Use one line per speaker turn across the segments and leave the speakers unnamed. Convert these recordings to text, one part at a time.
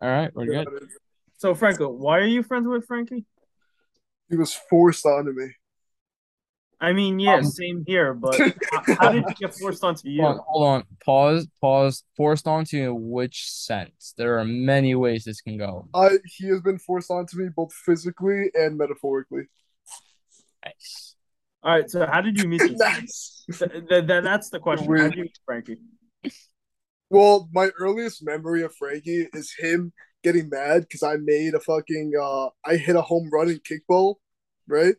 All right, we're good.
So, Franco, why are you friends with Frankie?
He was forced onto me.
I mean,
Um,
yeah, same here. But how, how did it get forced onto you?
Hold on, hold on. Pause. Pause. Forced onto you in which sense? There are many ways this can go.
I he has been forced onto me both physically and metaphorically.
Nice.
All right. So, how did you meet? This?
Nice.
Th- th- th- that's the question. How did you meet Frankie?
Well, my earliest memory of Frankie is him getting mad because I made a fucking uh I hit a home run in kickball, right?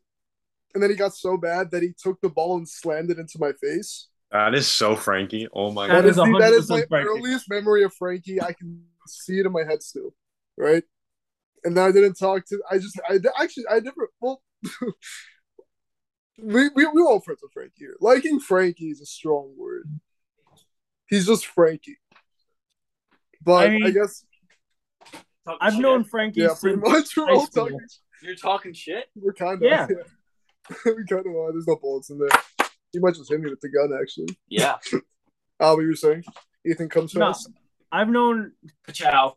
And then he got so bad that he took the ball and slammed it into my face.
That is so Frankie. Oh my
That
god.
That
is
is, the, that is my
100% Frankie.
earliest memory of Frankie. I can see it in my head still, right? And then I didn't talk to. I just. I di- actually. I never. Well, we we we all friends with Frankie. Here. Liking Frankie is a strong word. He's just Frankie. But
I
I,
mean-
guess
Talking
I've
shit.
known Frankie
yeah, pretty
since
much we're
high
all
school.
talking.
You're talking shit.
We're kind of
Yeah.
we kind of are. There's no bullets in there. You might just hit me with the gun. Actually,
Yeah.
uh, what you were saying? Ethan comes
No.
fast.
I've known
Pachow.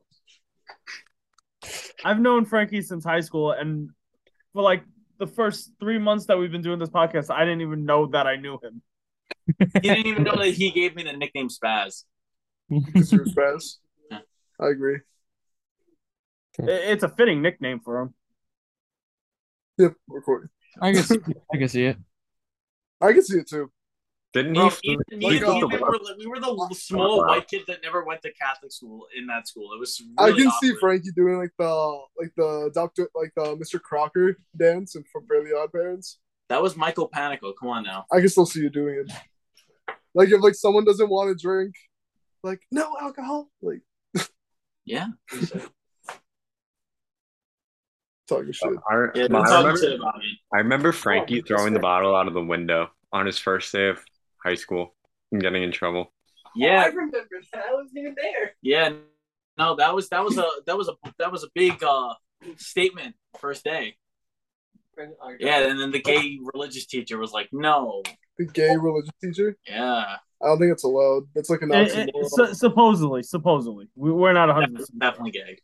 I've known Frankie since high school, and for like the first three months that we've been doing this podcast, I didn't even know that I knew him.
He didn't even know that he gave me the nickname Spaz.
Because you're fast.
Yeah.
I agree. Hmm.
I- It's a fitting nickname for him.
Yep, recording.
I can see, I can see it.
I can see it too.
Didn't he?
Bro, Ethan, me
he
and
Like, uh,
Ethan were, we were the small white kids that never went to Catholic school in that school. It was really
I can see
awkward.
Frankie doing like the like the doctor like the Mr. Crocker dance and from Fairly Odd Parents.
That was Michael Panico. Come on now.
I can still see you doing it. Like if like someone doesn't want to drink, like no alcohol. Like
Yeah.
talking shit.
I,
yeah
I
that's how
remember,
we should have been.
I remember Frankie
Oh,
throwing the
respect.
bottle out of the window on his first day of high school and getting in trouble.
yeah.
remember that. I wasn't even there.
Yeah. No, that was that was a that was a that was a big uh statement first day. Yeah, and then the gay religious teacher was like, "No,
The gay religious teacher.
yeah,
I don't think it's allowed. That's like an
Eh,
I- I-
oxymoron.
su- supposedly, supposedly, we, we're not
that
100.
was
percent
definitely gay."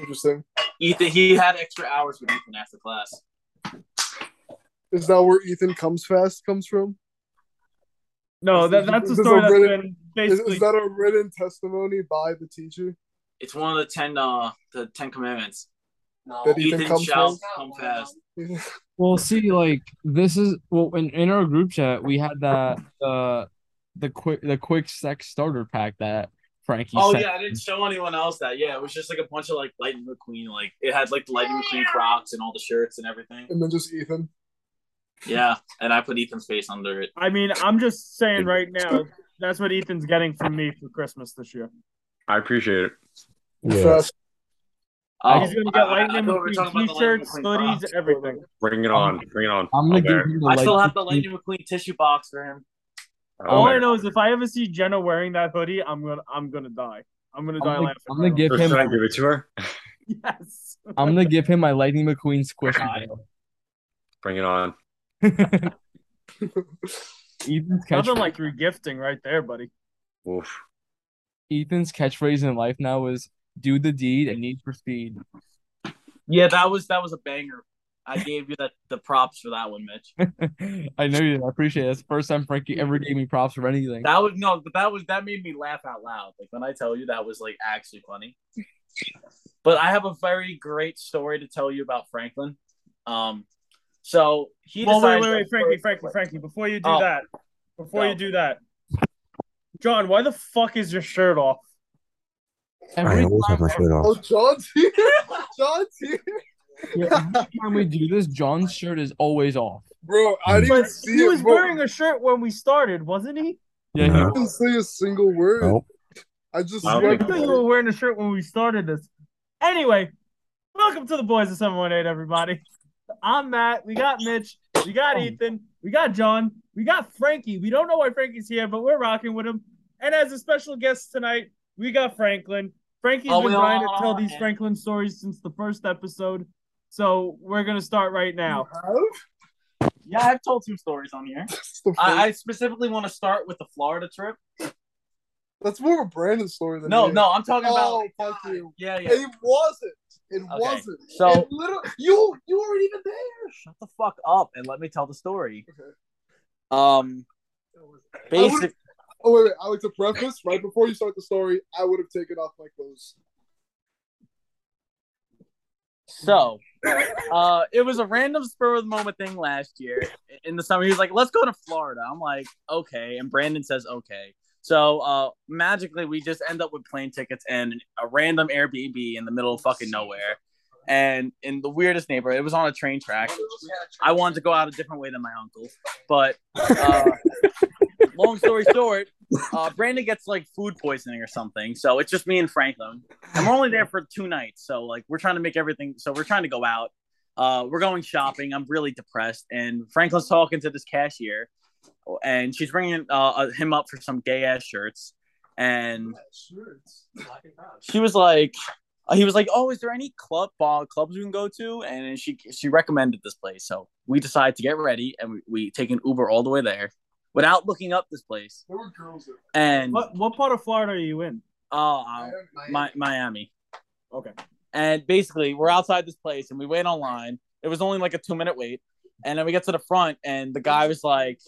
Interesting.
Ethan, he had extra hours with Ethan after class.
Is that where Ethan comes fast comes from?
No, that, that's a
This is
story
a
that's
Reddit-
been
Is,
basically.
is that a written testimony by the teacher?
It's one of the ten, uh, the Ten Commandments.
No.
That Ethan
Ethan
comes
shall
first?
come fast.
Well, see, like this is well in, in our group chat we had that uh the quick the quick sex starter pack that Frankie
Oh
sent.
yeah, I didn't show anyone else that. Yeah, it was just like a bunch of like Lightning McQueen. Like it had like the Lightning McQueen Crocs and all the shirts and everything.
and then just Ethan.
Yeah, and I put Ethan's face under it.
I mean, I'm just saying right now, that's what Ethan's getting from me for Christmas this year.
I appreciate it.
Fast.
Oh,
He's gonna
I-
get
I- I
lightning
thought we were talking
McQueen
about the Lightning
t-shirts,
McQueen
hoodies,
Crocs.
everything.
Bring it on. Bring it on.
I'm gonna
I'll
give
bear it.
him the
I still
Lightning
have the
McQueen.
Lightning McQueen tissue box for him. Oh
I'll
All
bear
I
it.
know is if I ever see Jenna wearing that hoodie, I'm gonna, I'm gonna die. I'm gonna
I'm
die
gonna-
laughing.
I'm gonna give
First
him
time I give it to her.
Yes.
I'm gonna give him my Lightning McQueen squish.
God.
Bring it on.
Ethan's
Nothing
catchphrase,
like regifting right there, buddy.
Oof.
Ethan's catchphrase in life now is "Do the deed and need for speed."
Yeah, that was that was a banger. I gave you that the props for that one, Mitch.
I know you. I appreciate it. That's the first time Frankie ever gave me props for anything.
That was no, but that was that made me laugh out loud. Like when I tell you that was like actually funny. But I have a very great story to tell you about Franklin. Um, so he.
Well, wait,
decided-
wait, wait, Frankie, Frankie, Frankie. Before you do
Oh.
that, before
No.
you do that, John, why the fuck is your shirt off?
Every
I always have
time,
my shirt
Oh,
off.
John's here. John's here.
yeah, every time we do this, John's shirt is always off.
Bro, I didn't
But
even see
he was
it. bro.
wearing a shirt when we started, wasn't he?
Yeah, he
No.
I didn't say a single word.
Nope.
I just
I don't
I
think-
thought you were wearing a shirt when we started this. Anyway, welcome to the Boys of 718, everybody. I'm Matt. We got Mitch. We
Oh.
got Ethan. We got John. We got Frankie. We don't know why Frankie's here, but we're rocking with him. And as a special guest tonight, we got Franklin. Frankie's
Oh,
been
we
trying to
are.
tell these Franklin stories since the first episode. So we're going to start right now.
Yeah, I've told some stories on here.
That's the
I, I specifically want to start with the Florida trip.
That's more of a Brandon story than
No,
me.
no, I'm talking
Oh,
about.
fuck you.
Yeah, yeah.
It wasn't. It
Okay.
wasn't.
So
It literally, you you weren't even there.
shut the fuck up and let me tell the story.
Okay.
Um, basic.
Oh wait, wait. I like to preface right before you start the story. I would have taken off my clothes.
So, uh, it was a random spur of the moment thing last year in the summer. He was like, "Let's go to Florida." I'm like, "Okay," and Brandon says, "Okay." So, uh, magically, we just end up with plane tickets and a random Airbnb in the middle of fucking nowhere, and in the weirdest neighborhood. It was on a train track. I wanted to go out a different way than my uncle, but uh, long story short, uh, Brandon gets like food poisoning or something. So it's just me and Franklin, and we're only there for two nights. So like we're trying to make everything. So we're trying to go out. Uh, we're going shopping. I'm really depressed, and Franklin's talking to this cashier, and she's bringing uh, him up for some gay ass shirts, and she was like, uh, he was like, oh, is there any club uh, clubs we can go to? And then she she recommended this place, so we decided to get ready and we, we take an Uber all the way there without looking up this place.
There were girls there.
And
What what part of Florida are you in?
uh, uh, Mi- Miami. Okay. And basically, we're outside this place and we wait online. It was only like a two minute wait, and then we get to the front and the guy was like,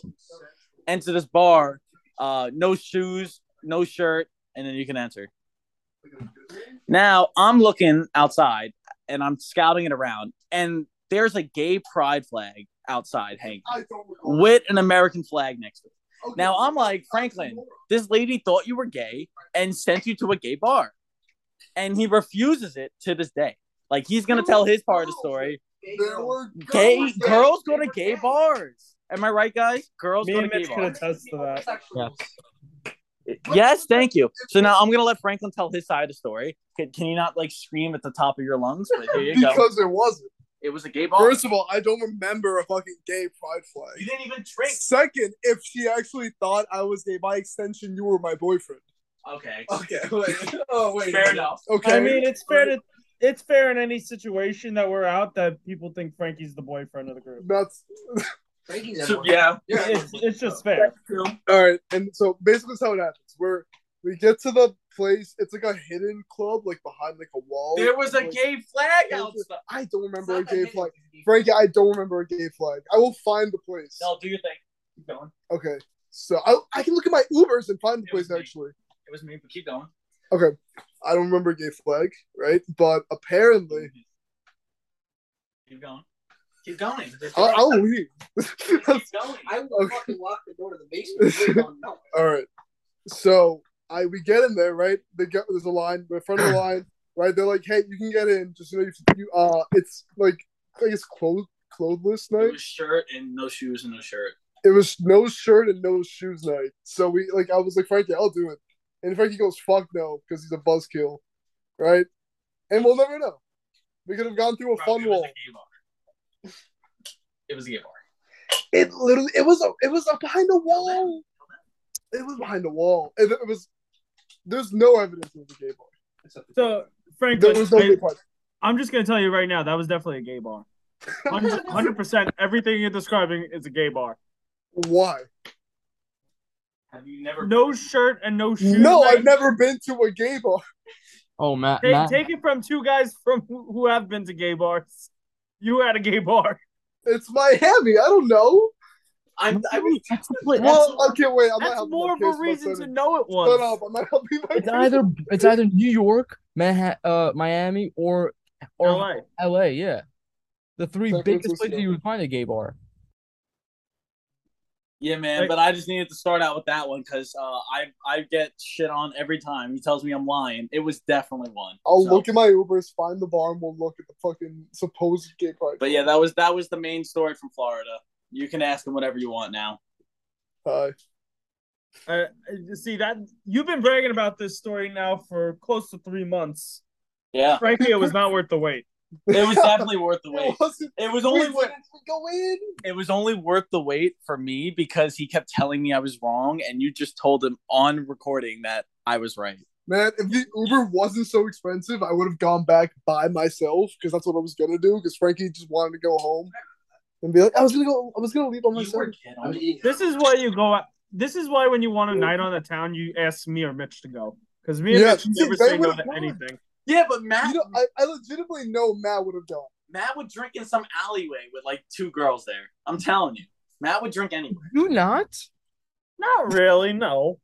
"Enter this bar, uh, no shoes, no shirt, and then you can enter." Now I'm looking outside and I'm scouting it around, and there's a gay pride flag outside hanging
I don't recall.
with an American flag next to it.
Okay.
Now I'm like, Franklin, this lady thought you were gay and sent you to a gay bar. And he refuses it to this day. Like he's gonna tell his part of the story.
There were
Gay
girls there.
Oh, girls go to gay bars. Am I right, guys? Girls
Me
go to
and
gay
Mitch could
bars.
attest to that.
Yes, thank you. So now I'm gonna let Franklin tell his side of the story. Can, can you not like scream at the top of your lungs? But here you go.
Because there wasn't.
It was a gay bar.
First of all, I don't remember a fucking gay pride
you
flag.
didn't even drink.
Second, if she actually thought I was gay, by extension, you were my boyfriend.
Okay.
Okay, wait. Oh, wait.
Fair enough.
Okay.
I mean, it's fair to it's fair in any situation that we're out that people think Frankie's the boyfriend of the group.
that's
yeah.
It's, it's just fair.
all right. And so basically, that's how it happens. We're we get to the place. It's like a hidden club, like behind like a wall.
There was a
Like,
gay flag
There
outside.
was a- I don't remember a gay flag, Frankie. I don't remember a gay flag. I will find the place.
No, do your thing. Keep going.
Okay, so I I can look at my Ubers and find the
It was
place
me.
actually.
It was me, but keep going.
Okay, I don't remember a gay flag, right? But apparently,
Keep going. Keep going.
I'll, I'll leave.
Keep going.
I will
Okay.
fucking walk the door to the basement. Wait, no,
All right. So I we get in there, right? They get there's a line, we're in front of the line, right? They're like, "Hey, you can get in. Just you know, you, you uh, it's like I guess clothes clothless
It
night.
was shirt and no shoes and no shirt.
It was no shirt and no shoes night. So we like I was like Frankie, I'll do it, and Frankie goes, "Fuck no," because he's a buzzkill, right? And we'll never know. We could have gone through a
Bro,
fun
it was
wall.
a gay bar. It was a gay bar.
It literally, it was, a, it was a behind a wall. It was behind a wall. It, it was. There's no evidence of the gay bar.
So
There
Franklin,
was no gay part.
I'm just gonna tell you right now, that was definitely a gay bar. Hundred percent, everything you're describing is a gay bar.
Why?
Have you never?
No shirt and no shoes.
No,
Like,
I've never been to a gay bar.
Oh, Matt,
Take,
Matt,
take it from two guys from who who have been to gay bars. You had a gay bar.
It's Miami. I don't know.
I'm, I was,
that's a pla- that's-
Well, okay, wait. I'm not
That's
helping
more
my
of
case,
a
my
reason to
son.
know it was.
Shut up. I'm not helping my
it's
case.
either it's either New York, Manhattan, uh, Miami, or or LA.
LA.
yeah, the three
San
biggest
Francisco.
places you would find a gay bar.
yeah, man. But I just needed to start out with that one because uh, I I get shit on every time. He tells me I'm lying. It was definitely one.
I'll
So-
look at my Ubers, find the bar, and we'll look at the fucking supposed gay part.
But yeah, that was that was the main story from Florida. You can ask him whatever you want now.
Hi.
Uh, see that you've been bragging about this story now for close to three months.
Yeah,
Frankly, it was not worth the wait.
it was definitely worth the wait.
It wasn't.
It was only
we
worth
didn't go in.
it was only worth the wait for me because he kept telling me I was wrong, and you just told him on recording that I was right.
Man, if the Uber wasn't so expensive, I would have gone back by myself because that's what I was gonna do. Because Frankie just wanted to go home and be like, I was gonna go. I was gonna leave on
You
myself.
were kidding.
This is why you go out. this is why when you want a night on the town, you ask me or Mitch to go because me and
Yeah,
Mitch
see,
never
they
say no
would've
to
gone.
anything.
Yeah, but Matt
You know, uh, I, I legitimately know Matt would have done.
Matt would drink in some alleyway with like two girls there. I'm telling you. Matt would drink anywhere.
You not?
Not really, no.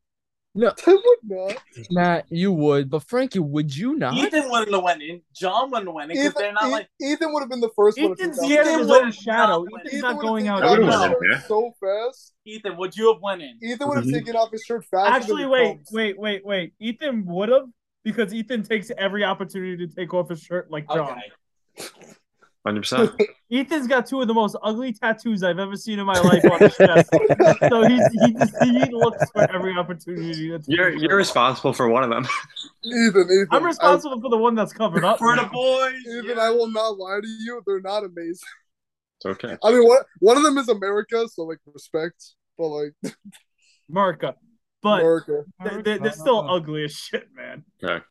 I would not.
Matt, you would, but Frankie, would you not?
Ethan wouldn't have went in. John wouldn't have went in because
Ethan, E,
they're not like
Ethan would have been the first one. if he
Ethan's
done
the
here
it.
Ethan
to
would-
let a shadow.
Ethan
Ethan's
Ethan
not
would have
going
taken
out.
off
Everyone
his
was
now.
in.
shirt
yeah.
so fast.
Ethan. Would you have went in?
Ethan would have
Mhm.
taken off his shirt faster.
Actually,
than
wait,
Combs.
wait, wait, wait. Ethan would have because Ethan takes every opportunity to take off his shirt like John.
Okay.
Hundred percent.
Ethan's got two of the most ugly tattoos I've ever seen in my life on his chest. So he's, he just he looks for every opportunity. To take
You're
his
you're
shirt off.
responsible for one of them.
Ethan, Ethan.
I'm responsible for the one that's covered up.
For the
now.
boys.
I, Ethan,
yeah.
I will not lie to you. They're not amazing.
It's okay.
I mean, one, one of them is America, so like respect, but like
Marka. But
America.
they- they, they're still ugly as shit, man.
Okay.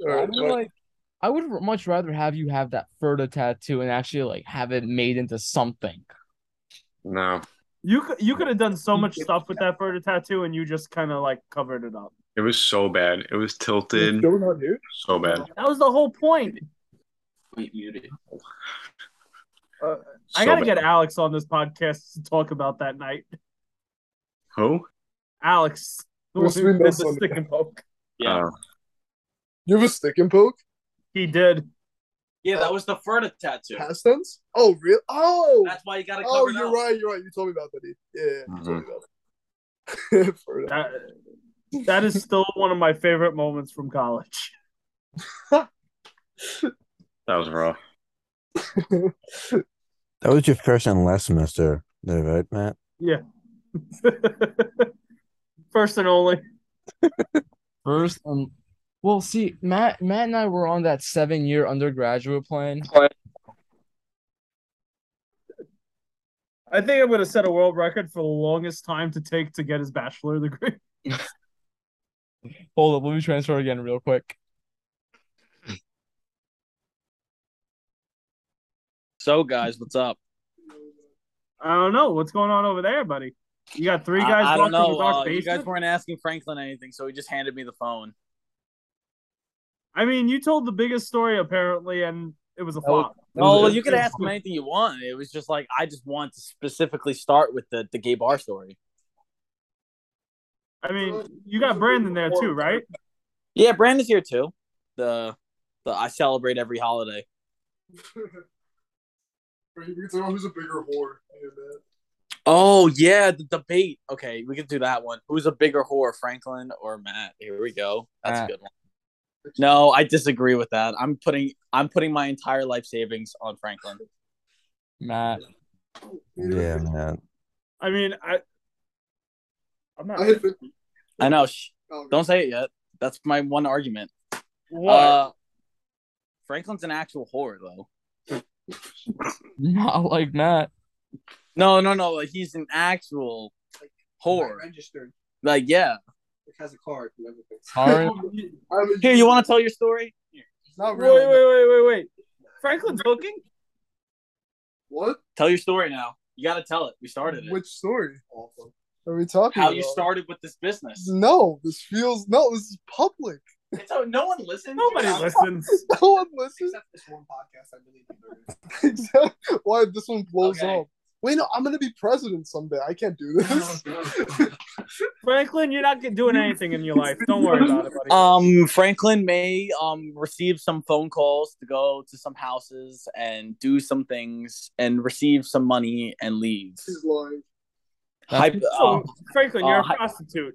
All
I
right,
would
but-
like I would much rather have you have that Furta tattoo and actually like have it made into something.
No,
You could you could have done so much stuff with that further tattoo, and you just kind of like covered it up.
it was so bad. It was tilted
Still not here?
so bad.
That was the whole point.
Wait, muted.
Uh, I
So
gotta
bad.
get Alex on this podcast to talk about that night.
who?
Alex, the one
Must
who
be
did the
this one.
stick and poke.
Yeah.
Uh,
You have a stick and poke?
He did.
Yeah, that was the Furta tattoo.
Past tense? Oh, real? Oh!
That's why you gotta cover
Oh,
it
you're
up.
right. You're right. You told me about that. Ethan. Yeah, yeah, you told me about that. Fair enough.
That, that is still one of my favorite moments from college.
that was rough.
That was your first and last semester, there, right, Matt?
First and only.
First, um, well, see, Matt, Matt and I were on that seven-year undergraduate plan.
I think I'm gonna set a world record for the longest time to take to get his bachelor degree.
Hold up, let me transfer again real quick.
So guys, what's up?
I don't know what's going on over there, buddy. You got three guys
I, I
walking
don't know.
the dark
Uh, you
basement?
guys weren't asking Franklin anything, so he just handed me the phone.
I mean, you told the biggest story apparently, and it was a flop.
Oh,
It
well,
was-
you could ask him anything you want. It was just like I just want to specifically start with the, the gay bar story.
I mean, you got Brandon there too, right?
Yeah, Brandon's here too. The the I celebrate every holiday.
Or You can tell who's a bigger whore. I hear that.
Oh yeah, the debate. Okay, we could do that one. Who's a bigger whore, Franklin or Matt? Here we go. That's
Matt.
a good one. No, I disagree with that. I'm putting I'm putting my entire life savings on Franklin.
Matt,
Yeah, man.
I mean, I. I'm not.
I hit the-
I know. Shh,
oh,
don't say it yet. That's my one argument.
What?
Uh, Franklin's an actual whore though.
not like Matt.
No, no, no. Like he's an actual whore.
Registered.
Like yeah.
It has a card and everything.
Sorry.
I mean,
Here, you want to tell your story? Here,
Not
wait,
really.
wait, wait, wait, wait. Franklin's hooking.
What?
tell your story now. You got to tell it. We started it.
Which story? Are we talking
How
about?
you started with this business?
No, this feels no. This is public.
It's how no one listens.
Nobody
You're not-
listens.
No one listens.
Except this one podcast, I believe.
Exactly. Why this one blows
Okay.
up? Wait, no, I'm gonna be president someday. I can't do this.
Franklin, you're not doing anything in your life. Don't worry about it, buddy.
Um, Franklin may um receive some phone calls to go to some houses and do some things and receive some money and leave.
He's lying.
Hype,
So,
um,
Franklin, you're
uh,
a
hy-
prostitute.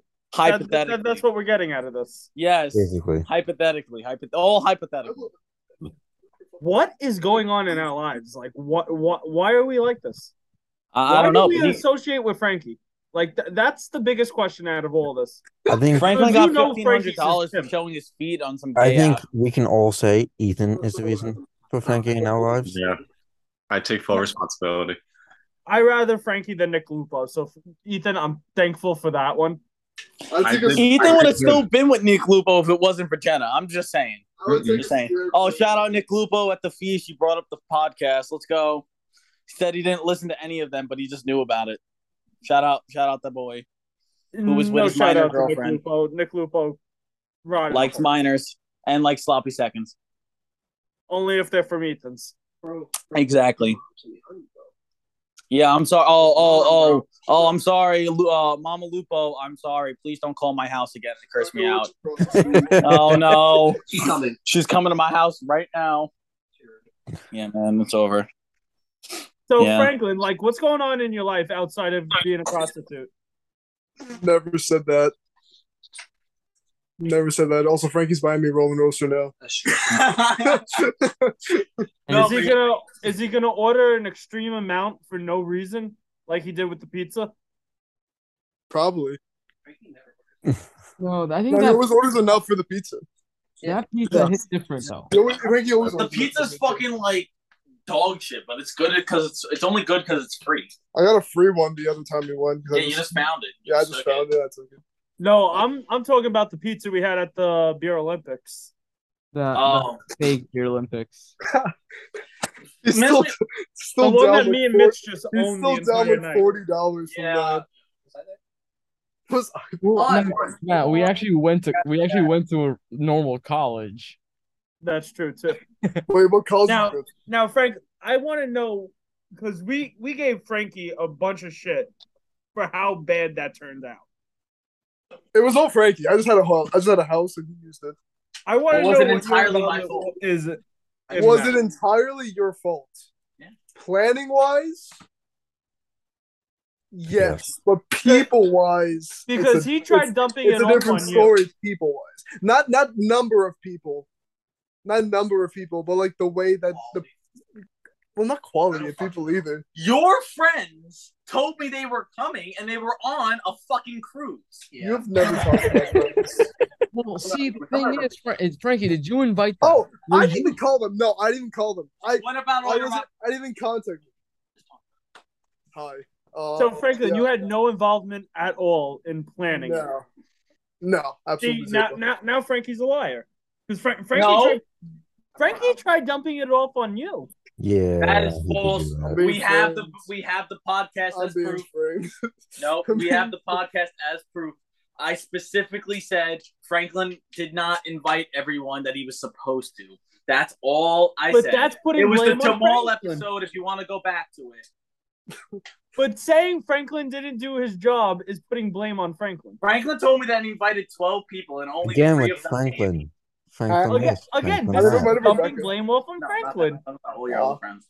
That- that-
hypothetically,
that's what we're getting out of this.
yes,
Basically.
hypothetically, hypo- all hypothetical.
What is going on in our lives? Like, what? What? Why are we like this?
I, I
Why
don't
do
know.
We
but he-
associate with Frankie. Like th- that's the biggest question out of all this.
I think
Franklin
So you
got
know
fifteen hundred
Frankie's
dollars for
him.
showing his feet on some.
I
gay
think
app.
we can all say Ethan is the reason
Oh,
for Frankie in our lives.
Yeah. I take full responsibility.
I rather Frankie than Nick Lupo. So Ethan, I'm thankful for that one.
I think it's-
Ethan would have still been with Nick Lupo if it wasn't for Jenna. I'm just saying.
I would
I'm
take
just saying.
Jared
Oh,
Kushner.
shout out Nick Lupo at the feast. You brought up the podcast. Let's go. said he didn't listen to any of them, but he just knew about it. Shout out, shout out the boy. Who was with his
shout
minor
out to
girlfriend.
Nick Lupo. Nick Lupo. Ron.
Likes minors and likes sloppy seconds.
Only if they're from Ethan's.
Bro, bro,
Exactly.
to be honest, bro.
Yeah, I'm sorry. Oh, oh, oh, oh, I'm sorry, Lu- uh, Mama Lupo. I'm sorry. Please don't call my house again and curse me out.
Bro, she's-
Oh no,
She's coming.
she's coming to my house right now. Yeah, man, it's over.
So
Yeah.
Franklin, like, what's going on in your life outside of being a prostitute?
Never said that. Never said that. Also, Frankie's buying me rolling roaster now.
That's true.
is he gonna is he gonna order an extreme amount for no reason, like he did with the pizza?
Probably.
Frankie never-
No, I think
No, he
that
always orders enough for the pizza.
that pizza
Yeah.
hit different though.
He always- Frankie always
The
orders enough for
pizza's fucking like dog shit, but it's good because it's it's only good because it's free.
I got a free one the other time we won. 'cause
Yeah,
I
you
just,
just found it. You
yeah, I just
took
found it. I took it.
No, I'm I'm talking about the pizza we had at the Beer Olympics.
The,
Oh,
the fake Beer Olympics.
He's
Man,
still,
we-
The
still
one
down
that
with
me and
four-
Mitch just
He's
owned the
still down
entire
with
night.
forty dollars from
yeah.
Was I there?
that. Was-
Well,
Uh,
Fine.
no, yeah, we actually went to we actually went to a normal college.
That's true too.
Wait, what college?
Now-
is this?
Now, Frank, I want to know because we we gave Frankie a bunch of shit for how bad that turned out.
It was all Frankie. I just had a house. I just had a house, and he used it.
I want to
Well,
know
was it
what your
entirely my
level
fault?
Is if
was
not.
it entirely your fault?
Yeah.
Planning wise, yes, but people wise,
because he tried dumping
It's
it
a
off
different
on you.
story, people wise. Not not number of people, not number of people, but like the way that the well, not quality of people either.
Your friends told me they were coming and they were on a fucking cruise.
Yeah.
You've never talked about that.
Well, see, the thing is, Fra- is, Frankie, did you invite them?
Oh,
Were
I
you-
didn't even call them. No, I didn't call them. I
What about
I
all your
wasn't. I didn't even contact them. Hi. Uh,
So, Franklin,
yeah.
you had no involvement at all in planning. it.
No. No,
See,
absolutely.
now,
zero.
now, now Frankie's a liar because Frank, Frankie,
No.
tried, Frankie tried dumping it off on you.
Yeah.
That is
he could do
false.
that.
Being
We have the
friends.
we have the podcast
I'm
as
being
proof.
frank.
No,
I'm
we
being-
have the podcast as proof. I specifically said Franklin did not invite everyone that he was supposed to. That's all I
But
said.
that's putting
it was the
blame on
Jamal
Franklin.
episode. If you want to go back to it,
But saying Franklin didn't do his job is putting blame on Franklin.
Franklin told me that he invited twelve people and only
Again
three
with
of them came.
Franklin. Franklin
Again,
this,
again
Franklin
this
Never
is
that.
mind,
dumping
Rebecca.
blame off on
No, not
Franklin.
that- not all your other friends,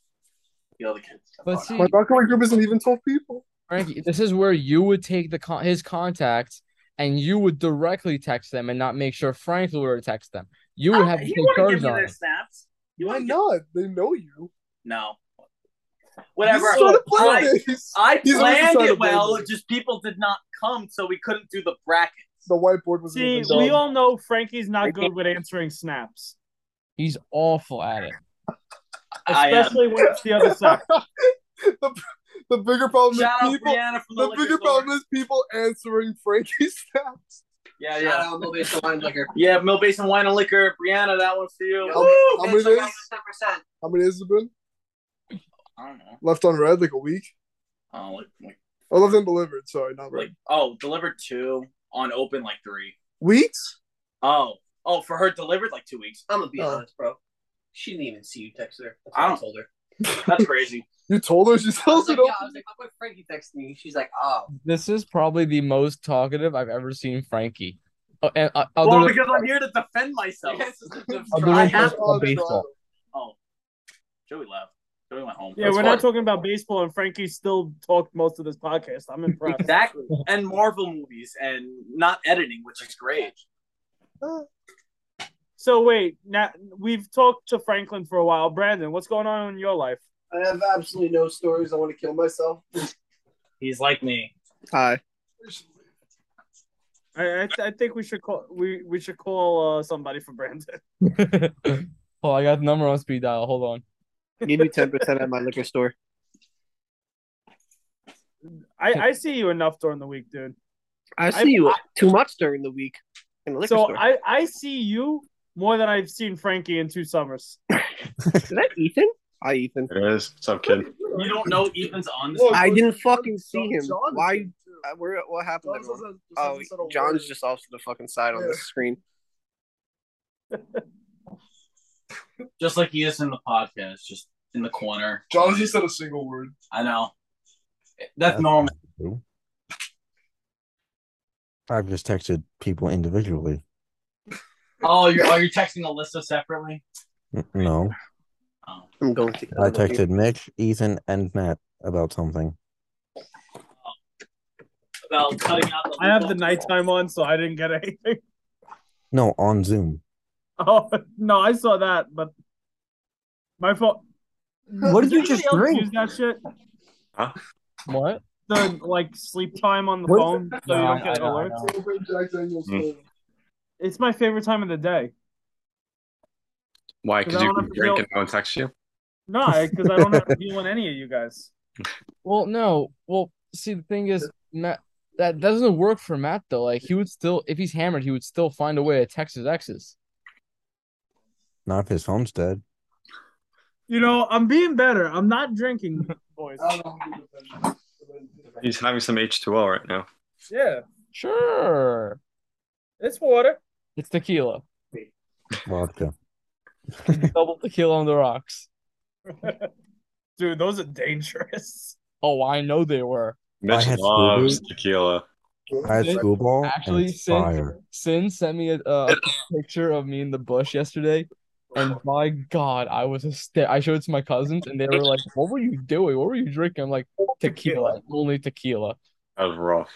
the other kids.
But
Oh, no.
see,
My Rockaway group isn't even 12 people.
Frankie, this is where you would take the con- his contacts and you would directly text them and not make sure Franklin were to text them. You would have to
he
take
wouldn't Ah, give
charge
me
on
their
it.
snaps. He
Why
wouldn't
not? They know you.
give- No. Whatever.
He's trying to play
I,
this.
I
He's always
planned
trying to
it
play
well,
this.
just people did not come, so we couldn't do the brackets.
The whiteboard was
See,
even
we
dumb.
all know Frankie's not good with answering snaps,
He's awful at it.
I am.
especially when it's the other side.
the, the bigger problem is
Shout out
people.
Brianna from the,
The bigger problem is people answering Frankie's snaps.
Yeah,
Shout
yeah.
out Lil Bass Wine Liquor.
Yeah, Mill Basin Wine and Liquor. Brianna, that one's for you.
How, how many
Bitch, I'm
days?
minus 10%.
How many days has it been
I don't know.
left on red? Like a week?
Oh, like, like,
I left undelivered. Sorry, not red.
like, oh, delivered two on open like three.
Weeks?
Oh, oh, for her delivered like two weeks.
I'm gonna be
Oh.
honest, bro. She didn't even see you text her. That's
I
what I
don't-
told her.
That's crazy.
You told her she
Oh
I was
sells
like,
it
yeah,
open.
I was like, my boy Frankie texted me. She's like, oh.
This is probably the most talkative I've ever seen Frankie. Uh, and, uh, other
well,
than-
because I'm here to defend myself.
This is the- the-
Other
I
than
have-
football, baseball.
Oh, Joey left. Joey went home.
Yeah,
That's
we're not
fine.
talking about baseball, and Frankie still talked most of this podcast. I'm impressed.
exactly. And Marvel movies and not editing, which is great.
So wait, now we've talked to Franklin for a while. Brandon, what's going on in your life?
I have absolutely no stories. I want to kill myself.
He's like me.
Hi.
I I, th- I think we should call we we should call uh, somebody for Brandon.
oh, I got the number on speed dial. Hold on.
Give me 10% at my liquor store.
I I see you enough during the week, dude.
I
see you
too much during the week in the
so I I see you more than I've seen Frankie in two summers.
Is that Ethan? Hi, Ethan.
It is. What's up, kid?
You don't know Ethan's on this.
I didn't fucking see him. Why? uh, Where? What happened? everyone? Oh, John's just off to the fucking side on the screen.
Just like he is in the podcast, just in the corner.
John's just said a single word.
I know. That's normal.
I've just texted people individually.
Oh, you're oh, you're texting Alyssa separately.
N- No,
Oh.
I'm going to.
I texted Mitch, Ethan, and Matt about something.
About cutting out the.
I have the nighttime on, so I didn't get anything.
No, on Zoom.
Oh no, I saw that, but my phone.
What did you
Does
just drink?
anybody else Use that shit.
What?
The like sleep time on the
What-
phone, so
No,
you
I-
don't get
I know, I
alerts.
know.
Hmm.
It's my favorite time of the day.
Why?
'Cause
Because
I
you
wanna
can drink
feel-
and no one texts you.
No, because I don't have to deal with any of you guys.
Well, no. Well, see, the thing is, Matt, that doesn't work for Matt though. Like he would still, if he's hammered, he would still find a way to text his exes.
Not if his phone's dead.
You know, I'm being better. I'm not drinking, boys.
He's having some H2O right now.
Yeah,
Sure,
it's water.
it's tequila,
Vodka.
double tequila on the rocks.
Dude, those are dangerous.
Oh, I know they were.
Mitch
had
loves
Scooby.
tequila.
I had school ball.
Actually,
Actually, Oh, it's
Sin,
fire.
Sin sent me a, a picture of me in the bush yesterday, and my God, I was hyster- I showed it to my cousins, and they were like, "What were you doing? What were you drinking?" I'm like, "Tequila, only tequila."
That was rough.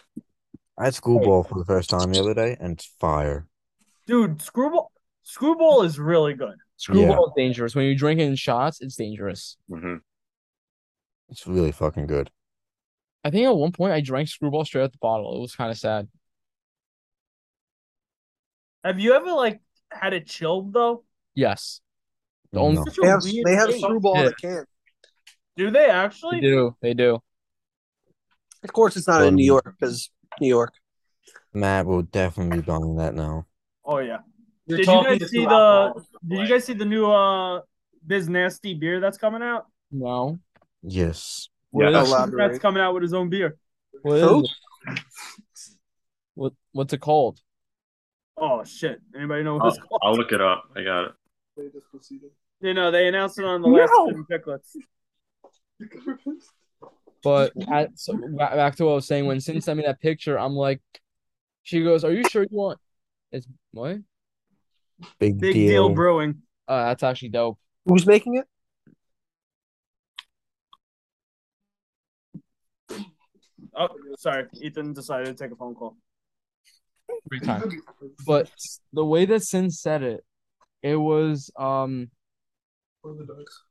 I had school ball for the first time the other day, and it's fire.
Dude, screwball screwball is really good.
Screwball is dangerous. When you drink it in shots, it's dangerous.
hmm
It's really fucking good.
I think at one point I drank screwball straight out the bottle. It was kind of sad.
Have you ever like had it chilled though?
Yes, The
No.
only-
Such a
They have
weird
they have
thing.
screwball in
Yeah.
the can.
Do they
they
actually?
do. They do.
Of course, it's not in
Um,
New York because New York.
Matt will definitely be buying that now.
Oh yeah.
You're
Did you
talking
guys
to
see
two
the-
alcoholics,
Did you
like-
guys see the new uh Biz Nasty beer that's coming out?
No.
Yes.
What
Yeah.
is-
Elaborate.
That's coming out with his own beer.
what is
Who?
it? What what's it called?
Oh shit! Anybody know what it's called?
I'll look it up. I got it.
You know they announced it on the
No.
last Spin picklets.
But at, so ba- back to what I was saying. When Sin sent me that picture, I'm like, she goes, "Are you sure you want?" It's what?
Big,
Big
deal.
deal brewing.
Uh, that's actually dope.
Who's making it?
Oh, sorry. Ethan decided to take a phone call.
Free time. But the way that Sin said it, it was um.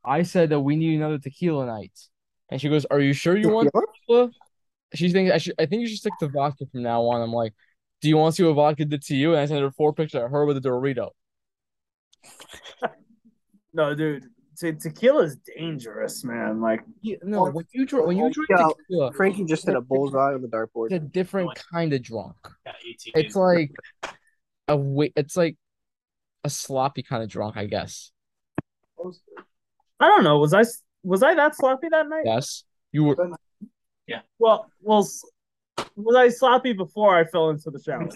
I said that we need another tequila night, and she goes, "Are you sure you want?" tequila? She thinks I should. I think you should stick to vodka from now on. I'm like, do you want to see what vodka did to you? And I sent her four pictures of her with a Dorito.
No, dude. Te- tequila is dangerous, man. Like,
Yeah, no, when you drink, when you drink
Yeah.
tequila,
Frankie just hit a bullseye on the
it's a
dartboard.
different kind of drunk.
Yeah, 18.
It's like a wa- It's like a sloppy kind of drunk, I guess.
I don't know. Was I s- was I that sloppy that night?
Yes, you were.
Well, well, s- was I sloppy before I fell into the shower?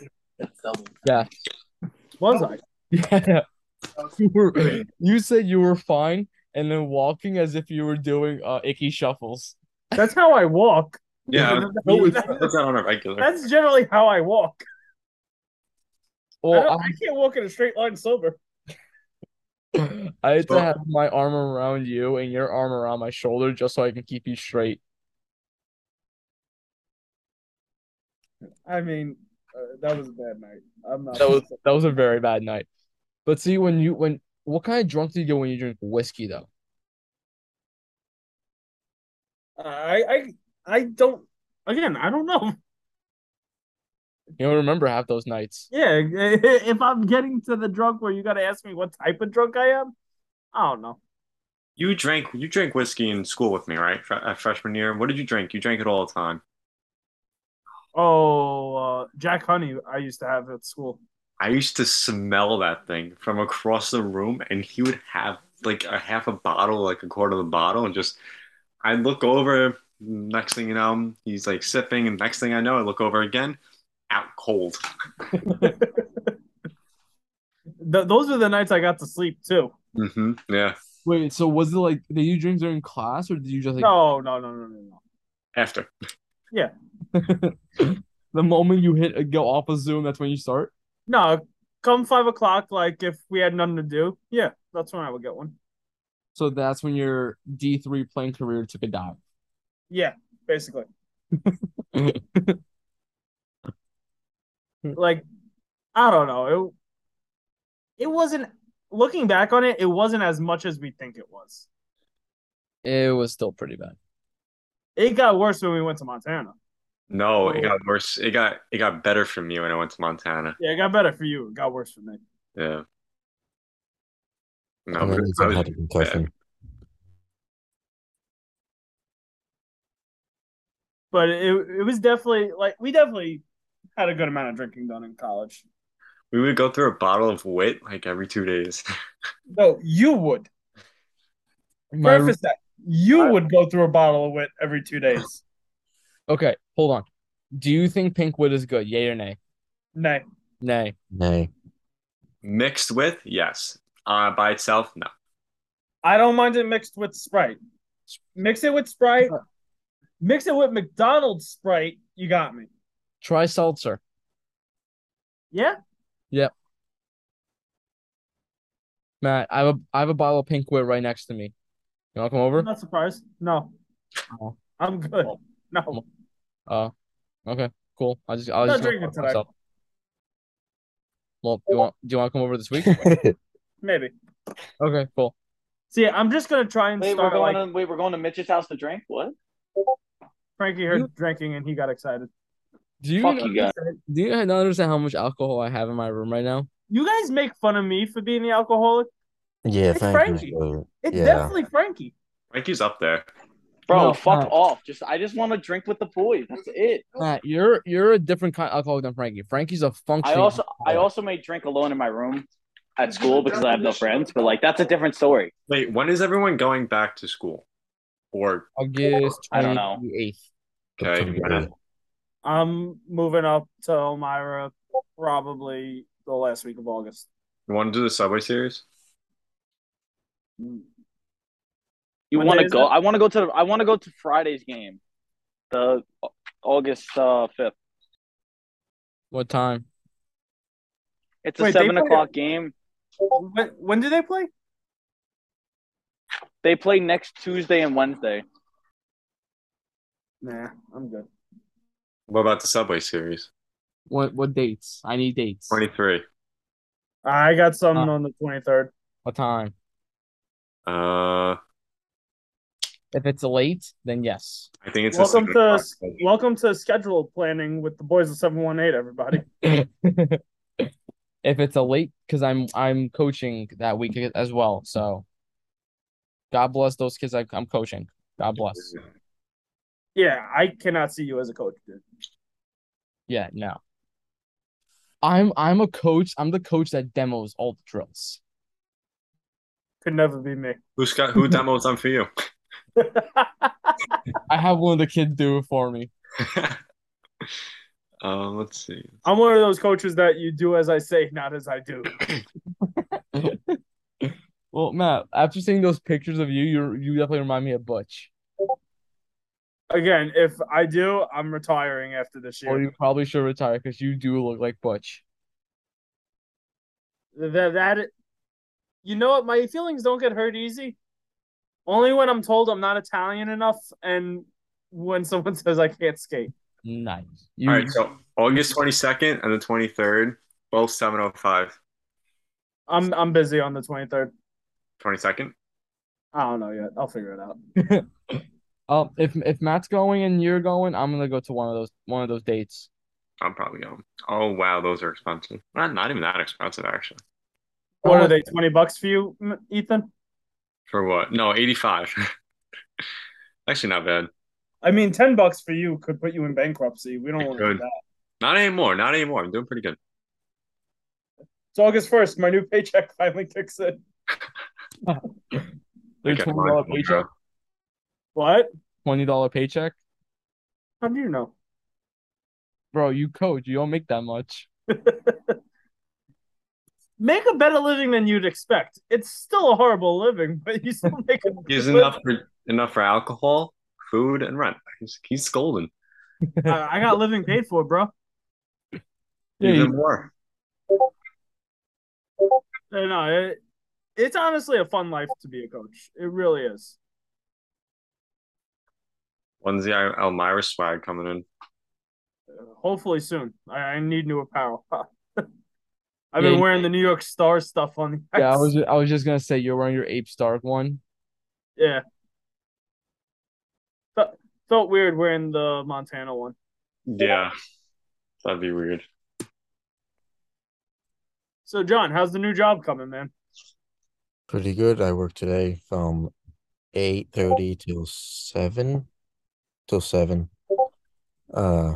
double.
Yeah,
Was I?
yeah. You were. You said you were fine, and then walking as if you were doing uh icky shuffles.
That's how I walk.
Yeah.
No,
We
it's-
put that on a regular.
That's generally how I walk. I,
Well, um,
don't-
I'm
I can't walk in a straight line sober.
I had
So-
to have my arm around you and your arm around my shoulder just so I can keep you straight.
I mean, uh, that was a bad night. I'm not.
That was that was a very bad night. But see, when you when what kind of drunk do you get when you drink whiskey though?
Uh, I I I don't. Again, I don't know.
You don't remember half those nights.
Yeah, if I'm getting to the drunk where you got to ask me what type of drunk I am, I don't know.
You drank you drank whiskey in school with me, right? Fre- uh, freshman year. What did you drink? You drank it all the time.
Oh, uh, Jack Honey, I used to have at school.
I used to smell that thing from across the room, and he would have like a half a bottle, like a quarter of a bottle, and just I look over. Next thing you know, he's like sipping, and next thing I know, I look over again, out cold.
Th- those are the nights I got to sleep too.
hmm Yeah,
Wait, so was it like did you drink during class or did you just like
No, no, no, no, no, no.
after.
the moment you hit uh, go off of Zoom, that's when you start?
No, come five o'clock, like if we had nothing to do, yeah, that's when I would get one.
So that's when your D three playing career took a dive.
Yeah, basically. like, I don't know. It, it wasn't, looking back on it, it wasn't as much as we think it was.
It was still pretty bad.
It got worse when we went to Montana.
No, it got worse. It got it got better for me when I went to Montana.
Yeah, it got better for you. It got worse for me.
Yeah. No, but
And then
I
you
was-
had Oh, a concussion.
But it, it was definitely, like, we definitely had a good amount of drinking done in college.
we would go through a bottle of wit like every two days.
No, you would.
My-
Preface that. You would go through a bottle of wit every two days.
okay, hold on. Do you think Pinkwood is good? Yay or nay?
Nay.
Nay.
Nay.
Mixed with, yes. Uh, by itself, no.
I don't mind it mixed with Sprite. Mix it with Sprite. Mix it with McDonald's Sprite. You got me.
Try seltzer.
Yeah.
Matt, I have a I have a bottle of Pinkwood right next to me. You wanna come over?
I'm not surprised. No.
No.
I'm good. No.
Oh, okay, cool. I just I'll
Not
just go
drinking
fuck
today.
myself. Well, do you want do you want to come over this week?
Maybe.
okay, cool.
See, I'm just gonna try and
Wait, we're
start
going.
like
To, wait, we're going to Mitch's house to drink. What?
Frankie heard drinking and he got excited.
Do you
Fuck you guys.
do you not understand how much alcohol I have in my room right now?
You guys make fun of me for being the alcoholic.
Yeah,
It's
Frankie's
Frankie.
good.
It's
Yeah.
definitely Frankie.
Frankie's up there.
Bro,
No,
fuck
no.
off. Just I just want to drink with the boys. That's it.
Matt, you're you're a different kind of alcoholic than Frankie. Frankie's a
I
functioning.
also I
alcoholic.
also may drink alone in my room at school because I have no friends, but like that's a different story.
Wait, when is everyone going back to school? Or
August
I don't know.
28th.
okay,
September.
I'm moving up to Elmira probably the last week of August.
you want to do the Subway Series?
You
When
want
day
to
is
go?
it?
I want to go to I want to go to Friday's game, the Au- August fifth.
What time?
it's a
Wait, they
seven
play-
o'clock game.
When, when do they play?
They play next Tuesday and Wednesday.
Nah, I'm good.
What about the Subway Series?
What what dates? I need dates.
23.
I got something
Uh,
on the 23rd.
What time?
Uh, I
If it's late, then yes.
think it's a
Welcome
seven
to
o'clock game.
welcome to schedule planning with the boys of 718 everybody.
if it's a late because I'm I'm coaching that week as well. So God bless those kids I, I'm coaching. God bless.
Yeah, I cannot see you as a coach, dude.
Yeah, no. I'm I'm a coach. I'm the coach that demos all the drills.
Could never be me.
Who's got who demos on for you?
I have one of the kids do it for me.
um, let's see.
I'm one of those coaches that you do as I say, not as I do.
Well, Matt, after seeing those pictures of you, you you definitely remind me of Butch.
Again, if I do, I'm retiring after this
Or
year.
you probably should retire because you do look like Butch.
That, that you know what? My feelings don't get hurt easy. Only when I'm told I'm not Italian enough, and when someone says I can't skate.
Nice. You,
All right, so August 22nd and the 23rd, both 7:05.
I'm I'm busy on the 23rd.
22nd.
I don't know yet. I'll figure it out.
uh, if if Matt's going and you're going, I'm gonna go to one of those one of those dates.
I'm probably going. Oh wow, those are expensive. Not not even that expensive actually.
What
Uh,
are they? Twenty bucks for you, M- Ethan?
For what? No, 85. Actually, not bad.
I mean, ten bucks for you could put you in bankruptcy. We don't
It
want to do
could.
that.
Not anymore. Not anymore. I'm doing pretty good.
It's August first. My new paycheck finally kicks in.
Their
Like,
twenty
I
dollar
mind, you
paycheck.
know.
What?
Twenty dollar paycheck,
How do you know?
bro. You coach. You don't make that much.
Make a better living than you'd expect. It's still a horrible living, but you still make it.
He's enough for enough for alcohol, food, and rent. He's he's golden.
I, I got living paid for, bro. Uh,
Yeah,
Even
you-
more.
No, no, it, it's honestly a fun life to be a coach. It really is.
When's the Al- Elmira swag coming in?
Uh, hopefully soon. I, I need new apparel. I've been
Yeah.
wearing the New York Star stuff on the
yeah. I was I was just gonna say you're wearing your ape stark one.
yeah. Fe- Felt weird wearing the Montana one.
Yeah, that'd be weird.
So John, how's the new job coming, man?
Pretty good. I work today from eight thirty till seven, till seven. Uh,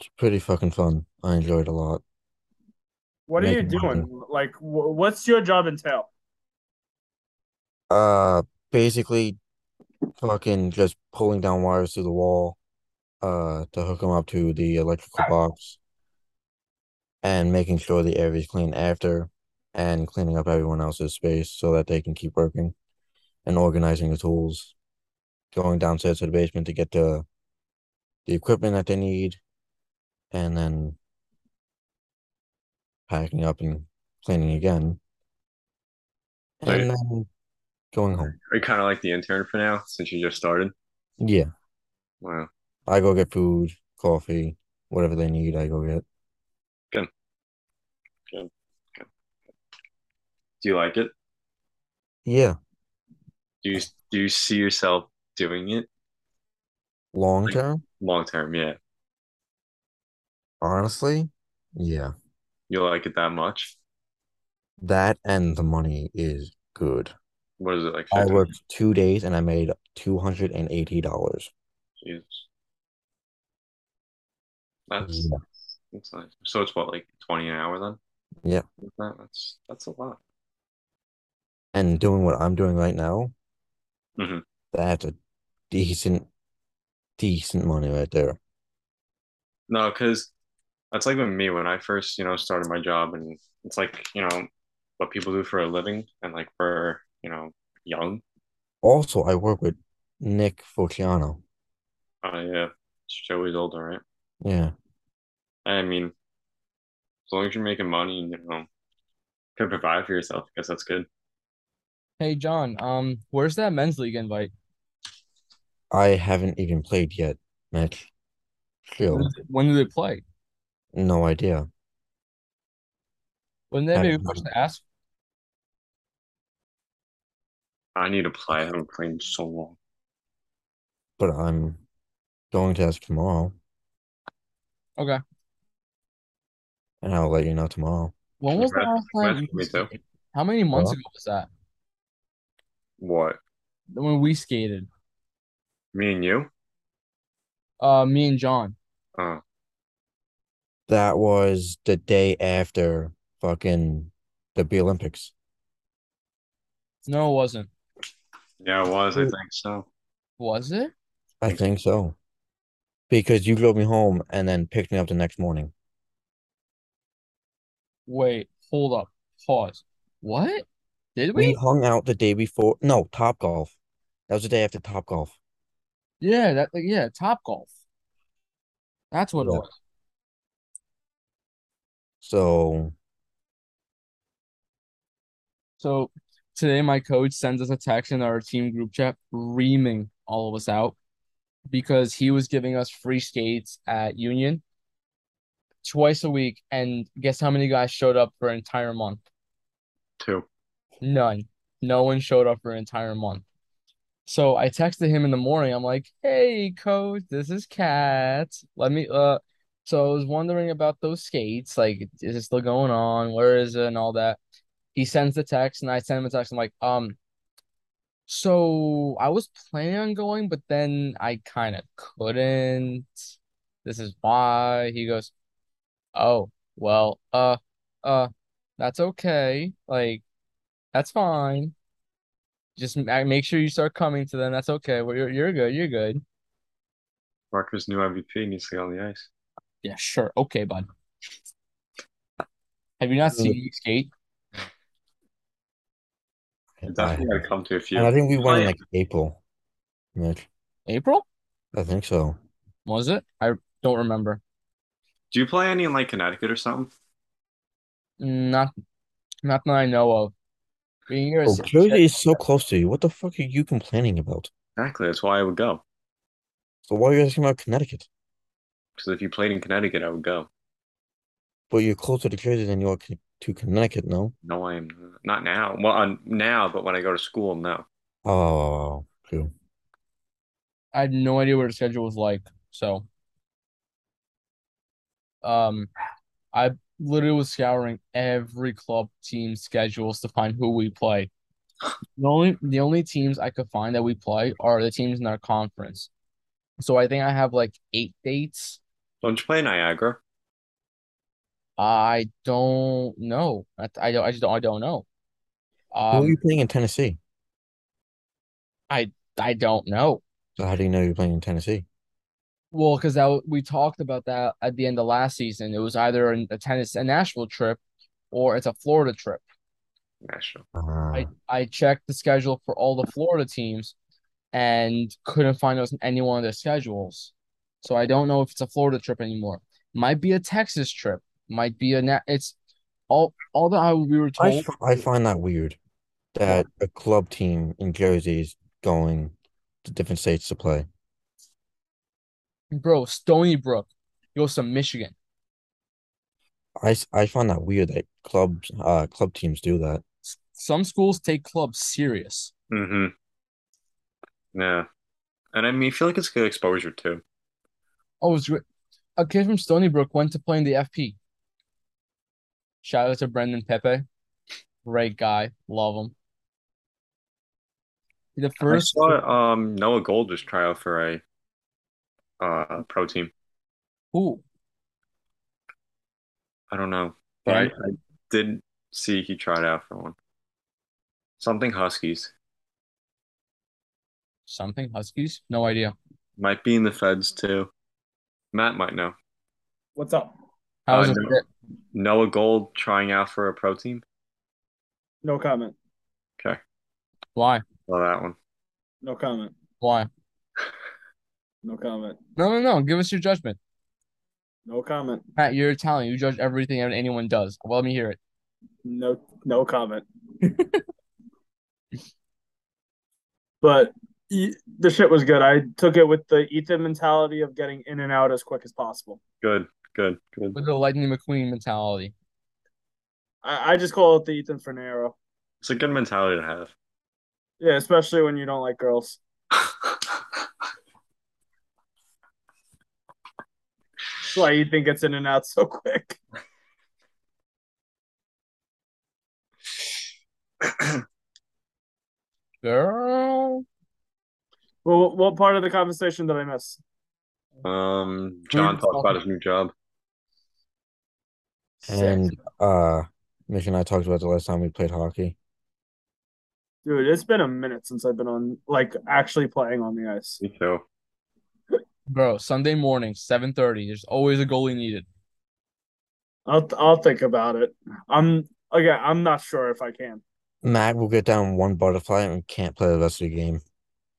it's pretty fucking fun. I enjoyed a lot.
What are you
Making
doing? Like, wh- what's your job entail?
Uh, basically, fucking just pulling down wires through the wall, uh, to hook them up to the electrical box, and making sure the area is clean after, and cleaning up everyone else's space so that they can keep working, and organizing the tools, going downstairs to the basement to get the the equipment that they need, and then packing up and cleaning again,
Right.
and then going home.
I kind of like the intern for now since you just started.
Yeah.
Wow.
I go get food, coffee, whatever they need, I go get.
Do you like it?
Yeah.
Do you do you see yourself doing it
Long
Like-
term,
long term? Yeah,
honestly, yeah.
you like it that much.
That and the money is good.
What is it like?
I
50?
worked two days and I made $280.
Jesus. That's
Yeah.
that's nice. So it's what like twenty an hour then?
Yeah.
Is that- That's that's a lot.
And doing what I'm doing right now,
Mhm.
that's a decent, decent money right there.
No, because that's like with me when I first, you know, started my job, and it's like you know what people do for a living, and like we're you know young.
Also, I work with Nick Forciano.
Uh, yeah, Joey's older, right?
Yeah.
I mean, as long as you're making money, and, you know, can provide for yourself, I guess that's good.
Hey John, um, where's that men's league invite?
I haven't even played yet, Mitch.
When
Chill.
does it- When do they play?
No idea.
Wouldn't that
I
be a
don't
good
know.
question to ask?
I need to play. I haven't played in so long.
But I'm going to ask tomorrow.
Okay.
And I'll let you know tomorrow.
When was the
Congrats-
last time? you
congrats to me,
skated? How many months
Huh?
ago was that?
What?
When we skated,
Me and you?
uh, me and John.
Uh,
That was the day after fucking the B Olympics.
No, it wasn't.
yeah, it was. I think so.
Was it?
I
Thank
think so. Because you drove me home and then picked me up the next morning.
Wait, hold up. Pause. What? Did
We
we?
hung out the day before. No, Top Golf. That was the day after Top Golf.
Yeah, that like, yeah, Top Golf. That's what it
Yeah.
was.
So
So today my coach sends us a text in our team group chat reaming all of us out because he was giving us free skates at Union twice a week and guess how many guys showed up for an entire month?
Two.
None. No one showed up for an entire month. So I texted him in the morning. I'm like, "Hey, coach, this is Kat. Let me uh so I was wondering about those skates. Like, is it still going on? Where is it and all that?" He sends the text and I send him a text. I'm like, "Um, so I was planning on going, but then I kind of couldn't. This is why." He goes, "Oh, well, uh, uh, that's okay. Like, That's fine. Just ma- make sure you start coming to them. That's okay. Well, you're you're good. You're good.
Rutgers' new MVP needs to get on the ice.
Yeah, sure. Okay, bud. Have you not seen you skate?
It
I,
definitely got to come to a few.
and I think we went in
yeah.
like April, Mitch.
April
I think so.
was it? I don't remember.
Do you play any in like Connecticut or something?
Not, not that I know of. Being here
Oh,
is
Jersey is so close to you. What the fuck are you complaining about?
Exactly. That's why I would go.
So why are you asking about Connecticut?
Because if you played in Connecticut, I would go.
But you're closer to Jersey than you are con- to Connecticut, no?
No, I am not now. Well, uh, now, but when I go to school, no.
Oh, true.
I had no idea what her schedule was like. So, um, I literally was scouring every club team schedules to find who we play. The only the only teams I could find that we play are the teams in our conference. So I think I have like eight dates.
Don't you play Niagara?
I don't know. I, I don't. I just don't. I don't know.
Who are you
Um,
playing in Tennessee?
I don't know.
So how do you know you're playing in Tennessee?
Well, because that w- we talked about that at the end of last season. It was either an, a tennis a Nashville trip, or it's a Florida trip.
National.
I
Ah,
I checked the schedule for all the Florida teams, and couldn't find those in any one of their schedules. So I don't know if it's a Florida trip anymore. Might be a Texas trip. Might be a na- it's all all that I we were
I,
told.
f- I find that weird that a club team in Jersey is going to different states to play.
Bro, Stony Brook goes to Michigan.
I, s- I find that weird that clubs uh club teams do that.
S- Some schools take clubs serious.
Mm-hmm. Yeah. And I mean, I feel like it's good exposure too.
Oh, it was great. A kid from Stony Brook went to play in the FP. Shout out to Brendan Pepe. Great guy. Love him. The first
I saw um, Noah Gold just try out for a uh, pro team.
who
I don't know, but I,
Yeah.
I did see he tried out for one. Something Huskies
something Huskies? No idea.
might be in the Feds too. Matt might know.
What's up?
I
Uh,
was a
no. Noah Gold trying out for a pro team.
No comment.
Okay,
why?
well that one.
No comment.
Why?
No comment.
No, no, no. Give us your judgment.
No comment.
Matt, you're Italian. You judge everything that anyone does. Well, let me hear it.
No no comment. but y- the shit was good. I took it with the Ethan mentality of getting in and out as quick as possible.
Good, good, good.
With the Lightning McQueen mentality.
I, I just call it the Ethan Fernero.
It's a good mentality to have.
Yeah, especially when you don't like girls. That's why Ethan gets in and out so quick.
Girl.
Well, what part of the conversation did I miss?
um, John talked about his new job.
And uh Mitch and I talked about the last time we played hockey.
Dude, it's been a minute since I've been on, like, actually playing on the ice.
Me too.
Bro, Sunday morning, 7:30. There's always a goalie needed.
I'll I'll think about it. I'm again. I'm not sure if I can.
Matt will get down one butterfly and can't play the rest of the game.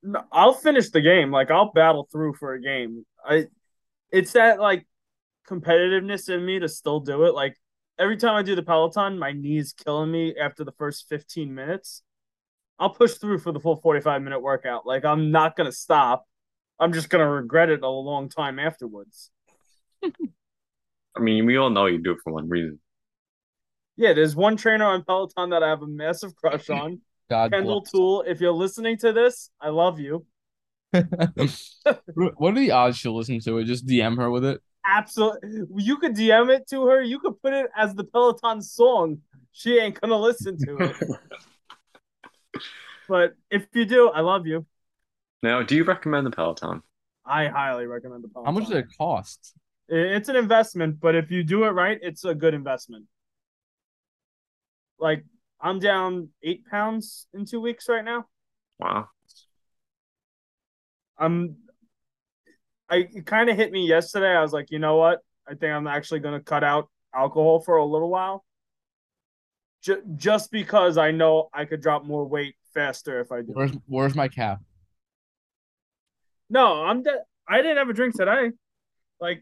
No, I'll finish the game. Like I'll battle through for a game. I, it's that like competitiveness in me to still do it. Like every time I do the Peloton, my knees killing me after the first fifteen minutes. I'll push through for the full forty-five minute workout. Like I'm not gonna stop. I'm just gonna regret it a long time afterwards.
I mean, we all know you do it for one reason.
Yeah, there's one trainer on Peloton that I have a massive crush on,
God
Kendall
bless.
Tool. If you're listening to this, I love you.
What are the odds she'll listen to it? Just DM her with it.
Absolutely. You could DM it to her. You could put it as the Peloton song. She ain't gonna listen to it. but if you do, I love you.
Now, do you recommend the Peloton?
I highly recommend the Peloton.
How much does it cost?
I- It's an investment, but if you do it right, it's a good investment. Like I'm down eight pounds in two weeks right now.
Wow.
I'm I it kind of hit me yesterday. I was like, you know what? I think I'm actually going to cut out alcohol for a little while. Ju- just because I know I could drop more weight faster if I do.
Where's where's my cap?
No, I'm de- I didn't have a drink today. Like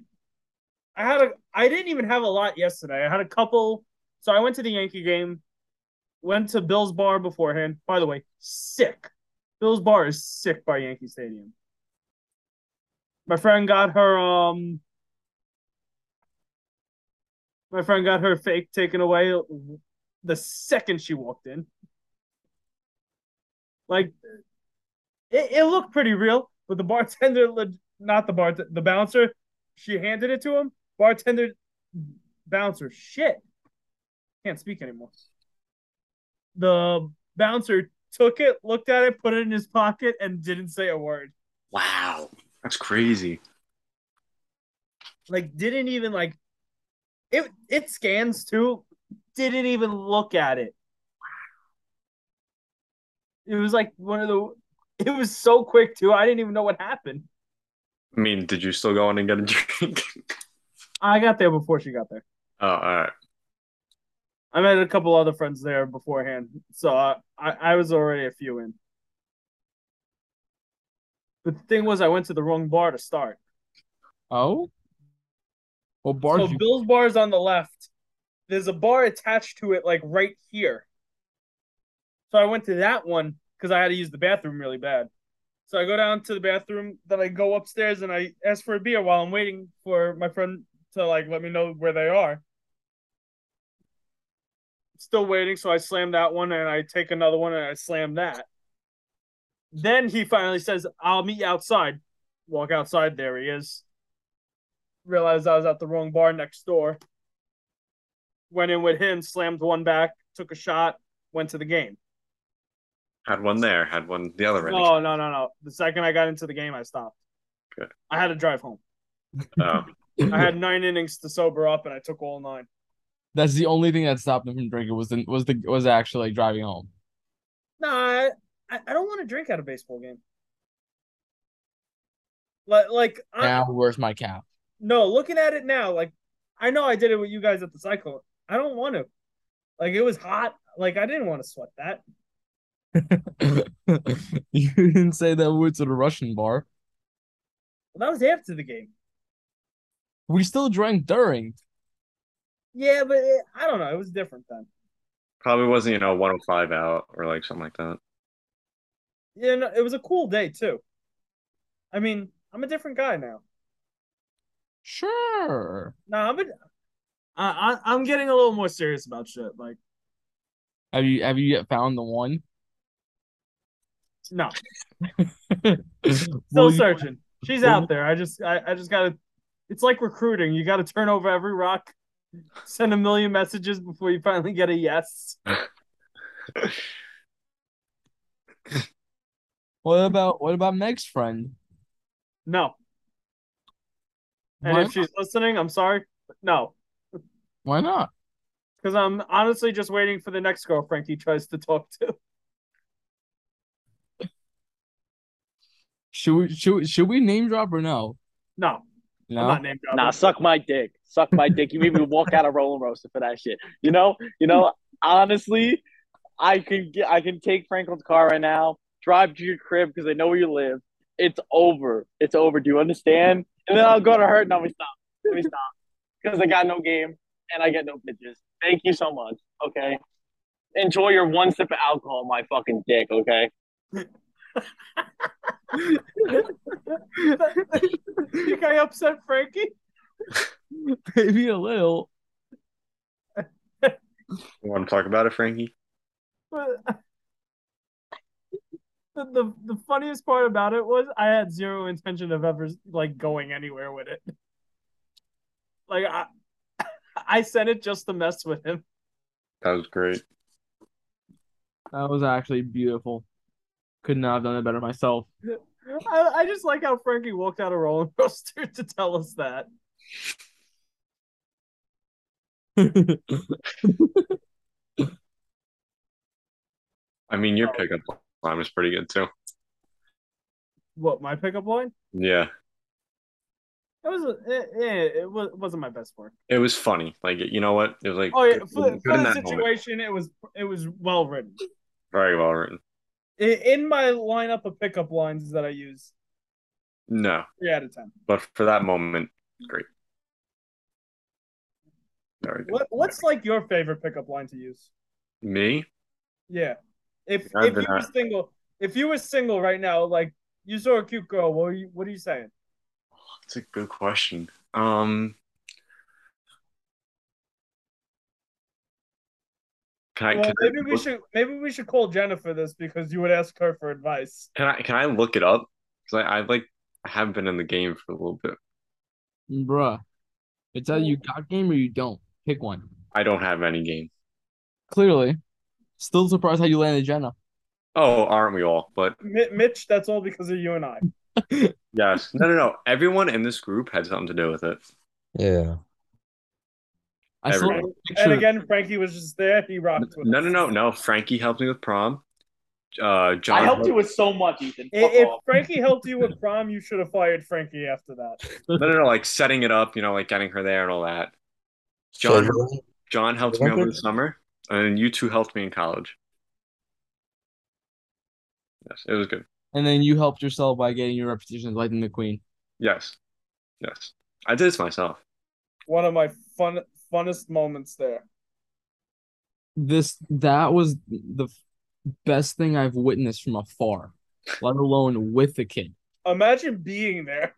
I had a I didn't even have a lot yesterday. I had a couple so I went to the Yankee game, went to Bill's Bar beforehand. By the way, sick. Bill's Bar is sick by Yankee Stadium. My friend got her um my friend got her fake taken away the second she walked in. Like it, it looked pretty real, but the bartender, leg- not the bartender, the bouncer, she handed it to him. Bartender, bouncer, shit, can't speak anymore. The bouncer took it, looked at it, put it in his pocket, and didn't say a word.
Wow. That's crazy.
Like didn't even like it. It scans too. Didn't even look at it. It was like one of the. It was so quick too. I didn't even know what happened.
I mean, did you still go in and get a drink?
I got there before she got there.
oh, all right.
I met a couple other friends there beforehand, so I, I, I was already a few in. But the thing was, I went to the wrong bar to start.
Oh. Well, bar.
So
you-
Bill's bar is on the left. There's a bar attached to it, like right here. So I went to that one because I had to use the bathroom really bad. So I go down to the bathroom, then I go upstairs and I ask for a beer while I'm waiting for my friend to like let me know where they are. Still waiting, so I slam that one and I take another one and I slam that. Then he finally says, I'll meet you outside. Walk outside, there he is. Realized I was at the wrong bar next door. Went in with him, slammed one back, took a shot, went to the game.
Had one there, had one the other end.
No, no, no, no. The second I got into the game, I stopped.
Good.
I had to drive home.
Oh,
I had nine innings to sober up, and I took all nine.
That's the only thing that stopped him from drinking was the was the was actually like driving home.
No, I, I I don't want to drink at a baseball game. Like, like I,
Now where's my cap?
no, looking at it now, like I know I did it with you guys at the cycle. I don't want to. Like it was hot. Like I didn't want to sweat that.
you didn't say that we went to the Russian bar.
Well, that was after the game.
We still drank during.
Yeah, but it, I don't know. It was different then.
probably wasn't, you know, 105 out or like something like that.
Yeah, no, it was a cool day too. I mean, I'm a different guy now.
Sure.
No, I'm a, I, I, I'm getting a little more serious about shit. Like,
Have you have you yet found the one?
no,
Still
still searching. She's
will
out
you-
there. I just, I, I just gotta. It's like recruiting. You gotta turn over every rock, send a million messages before you finally get a yes.
What about what about Meg's friend?
No, and
Why
if she's listening, I'm sorry. but no,
Why not?
because I'm honestly just waiting for the next girl Frankie tries to talk to.
Should we should we, should we name drop or no?
No, I'm
No.
not named.
Nah, suck my dick. Suck my dick. You made me walk out of Roller Roaster for that shit. You know, you know. Honestly, I can get, I can take Franklin's car right now, drive to your crib because I know where you live. It's over. It's over. Do you understand? And then I'll go to her. No, we stop. We stop because I got no game and I get no pitches. Thank you so much. Okay. Enjoy your one sip of alcohol, my fucking dick. Okay.
Think I upset Frankie?
Maybe a little.
You want to talk about it, Frankie?
But the, the the funniest part about it was I had zero intention of ever like going anywhere with it. Like I I sent it just to mess with him.
That was great.
That was actually beautiful. Could not have done it better myself.
I, I just like how Frankie walked out of roller coaster to tell us that.
I mean, your pickup line was pretty good too.
What my pickup line?
Yeah,
It was it, it, it was it wasn't my best work.
it was funny. Like you know what? It was like
Oh yeah,
good-
for,
good
for
in
the
that moment.
situation, it was it was well written.
Very well written.
I- In my lineup of pickup lines that I use,
No,
three out of ten.
but for that moment, great. Very good.
What what's like your favorite pickup line to use?
Me?
Yeah, if
I've
if
been
you were
at-
single, if you were single right now, like you saw a cute girl, what are you what are you saying?
That's a good question. Um, can I,
Well,
can,
maybe
I
we
look,
should maybe we should call Jennifer this because you would ask her for advice.
can I can I look it up? Because I, I like I haven't been in the game for a little bit.
Bruh. It's either you got game or you don't. Pick one.
I don't have any game.
Clearly. Still surprised how you landed Jenna.
Oh, aren't we all? But
Mi- Mitch, that's all because of you and I.
yes, no, no, no. Everyone in this group had something to do with it.
Yeah.
I still
Everything.
picture
And again, Frankie was just there. He rocked with
No,
us.
no, no, no. Frankie helped me with prom. Uh, John.
I helped you with so much, Ethan.
I-
Fuck
If
off.
Frankie helped you with prom, you should have fired Frankie after that.
No, no, no. Like setting it up, you know, like getting her there and all that. John,
Schedule?
John helped me over the
Remember-
summer, and you two helped me in college. Yes, it was good.
and then you helped yourself by getting your reputation as Lightning McQueen.
Yes, yes. I did this myself.
One of my fun funnest moments there.
This that was the f- best thing I've witnessed from afar, let alone with a kid.
Imagine being there.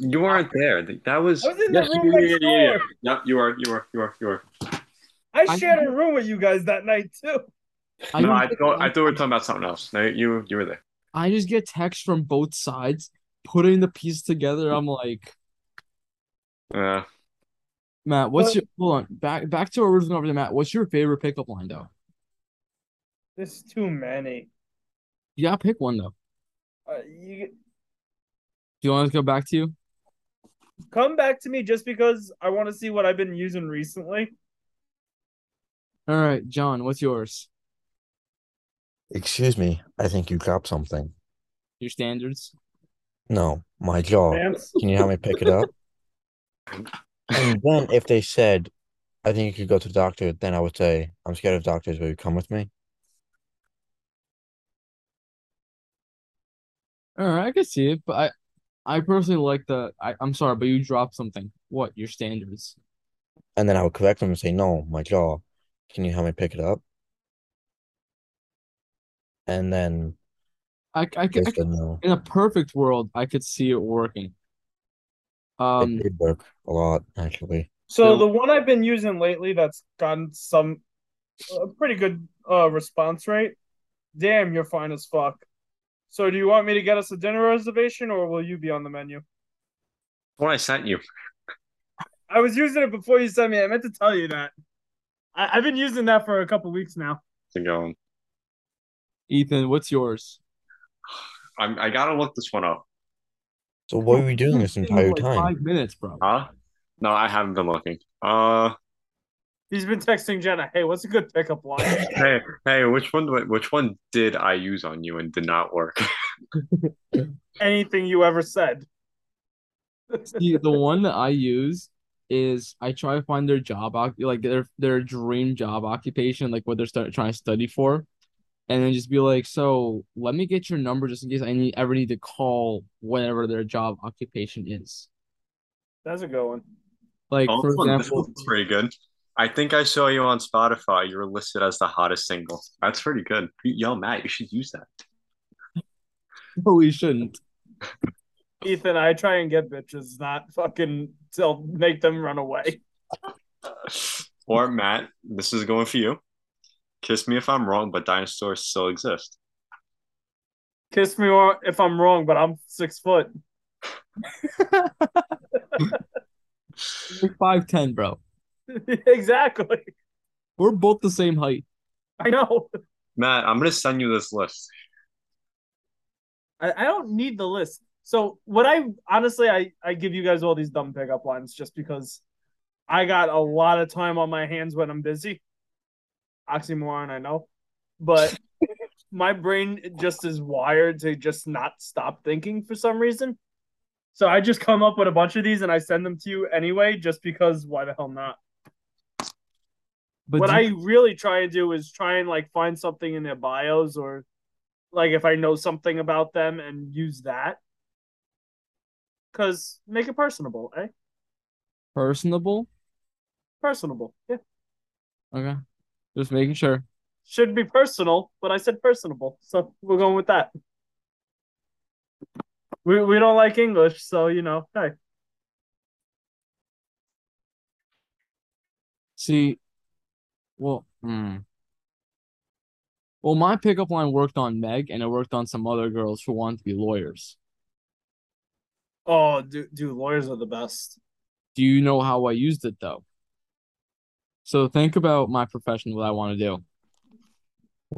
You weren't there. Th- That was.
I was in
Yes,
the room
you-
next
yeah, yeah,
door.
Yep, you are. You are. You are. You are.
I
I-
shared a room with you guys that night too.
I
no,
don't
I
get-
thought. I thought we were talking about something else. No, you. You were there.
I just get texts from both sides, putting the piece together. I'm like,
Uh,
Matt, what's
But-
your hold on back back to our original over Matt? What's your favorite pickup line though?
There's too many.
You gotta pick one though.
Uh, you
Do you want us to go back to you?
come back to me just because I want to see what I've been using recently.
All right, John, what's yours?
Excuse me. I think you dropped something.
Your standards?
No, my jaw.
Vance.
Can you help me pick it up? And then if they said, I think you could go to the doctor, then I would say, I'm scared of doctors. Will you come with me?
All right, I can see it, but I, I personally like the. I, I'm sorry, but you dropped something. What? Your standards?
And then I would correct them and say, No, my jaw. Can you help me pick it up? And then
I, I,
they
could- I could-
said no.
in a perfect world, I could see it working. Um,
It did work a lot, actually.
So the one I've been using lately that's gotten some a pretty good uh, response rate. Damn, you're fine as fuck. So do you want me to get us a dinner reservation or will you be on the menu?
what I sent you.
I was using it before you sent me. I meant to tell you that. I- I've been using that for a couple weeks now.
To go. on.
Ethan, what's yours?
I'm. I gotta look this one up.
So what were we doing this
It's
entire
like
time?
Five minutes, bro.
Huh? No, I haven't been looking. Uh.
He's been texting Jenna, hey, what's a good pickup line?
Hey, hey, which one? do I- Which one did I use on you and did not work?
Anything you ever said.
See, the one that I use is I try to find their job, oc- like their their dream job occupation, like what they're start, trying to study for, and then just be like, so let me get your number just in case I need ever need to call whatever their job occupation is.
That's a good one.
Like
Oh,
for
this one- this
example,
one's pretty good. I think I saw you on Spotify. You were listed as the hottest single. That's pretty good. Yo, Matt, you should use that.
no, we shouldn't.
Ethan, I try and get bitches, not fucking till make them run away.
Or Matt, this is going for you. Kiss me if I'm wrong, but dinosaurs still exist.
Kiss me or if I'm wrong, but I'm six foot.
Five ten, bro.
exactly.
We're both the same height.
I know.
Matt, I'm gonna send you this list.
I, I don't need the list. So what I honestly I, I give you guys all these dumb pickup lines just because I got a lot of time on my hands when I'm busy. Oxymoron, I know. But my brain just is wired to just not stop thinking for some reason. So I just come up with a bunch of these and I send them to you anyway, just because why the hell not?
But
what
do-
I really try and do is try and like find something in their bios or like if I know something about them and use that. Cause make it personable, eh?
personable.
Personable. Yeah.
Okay, just making sure.
Should be personal, but I said personable. So we're going with that. We we don't like English, so you know, hey.
See, well, hmm. well, my pickup line worked on Meg, and it worked on some other girls who wanted to be lawyers.
Oh, dude, dude lawyers are the best.
Do you know how I used it though? So think about my profession, what I want to do.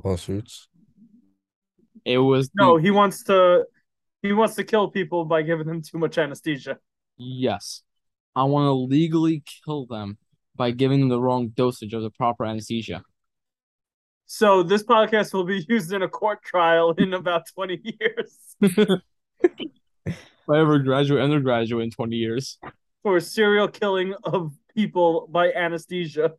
Lawsuits.
It was the-
No, he wants to he wants to kill people by giving them too much anesthesia.
Yes. I want to legally kill them by giving them the wrong dosage of the proper anesthesia.
So this podcast will be used in a court trial in about 20 years
If I ever graduate undergraduate in 20 years.
for serial killing of people by anesthesia.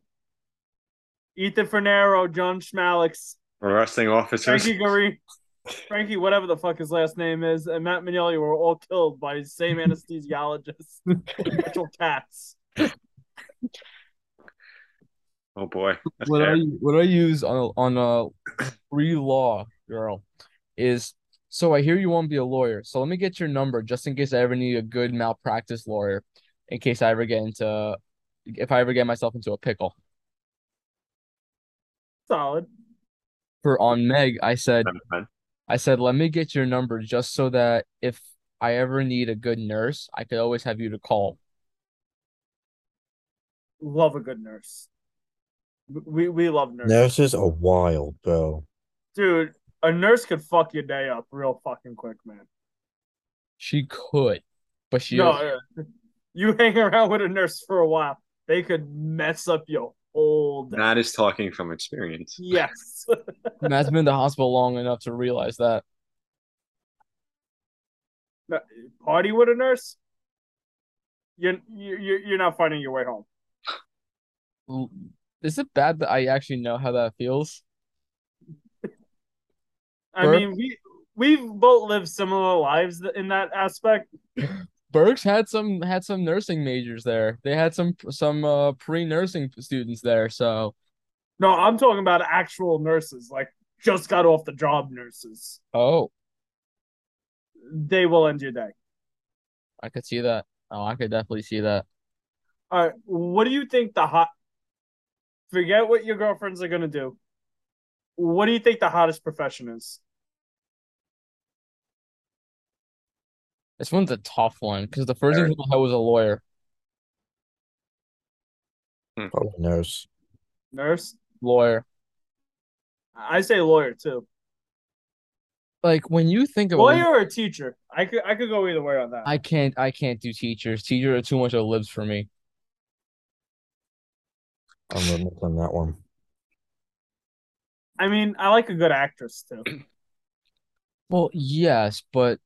Ethan Fernero, John Schmalix,
Arresting officers.
Frankie Gary, Frankie, whatever the fuck his last name is, and Matt Mignelli were all killed by the same anesthesiologist, Mitchell Katz.
Oh boy. That's
What I
bad.
what I use on a, on a free law girl is so I hear you want to be a lawyer. So let me get your number just in case I ever need a good malpractice lawyer in case I ever get into if I ever get myself into a pickle.
Solid.
For on Meg, I said
Never mind.
I said, let me get your number just so that if I ever need a good nurse, I could always have you to call.
Love a good nurse. We we love nurses.
Nurses are wild, bro.
Dude, a nurse could fuck your day up real fucking quick, man.
She could, but she
No, uh, you hang around with a nurse for a while, they could mess up your whole day.
That is talking from experience.
yes.
Matt's been in the hospital long enough to realize that.
Party with a nurse, you're, you're, you're not finding your way home.
L- Is it bad that I actually know how that feels?
I
Burp.
mean, we, we've both lived similar lives th- in that aspect.
Berks had some had some nursing majors there. They had some some uh, pre-nursing students there, so
No, I'm talking about actual nurses, like just got off the job nurses.
oh,
They will end your day.
I could see that. Oh, I could definitely see that.
All right. What do you think the hot? Forget what your girlfriends are gonna do. What do you think the hottest profession is?
This one's a tough one because the first thing I was a lawyer.
Probably nurse.
Nurse.
Lawyer.
I say lawyer too.
Like when you think about
Lawyer or teacher? I could I could go either way on that.
I can't I can't do teachers. Teachers are too much of libs for me.
I'm gonna look on that one.
I mean, I like a good actress too.
Well, yes, but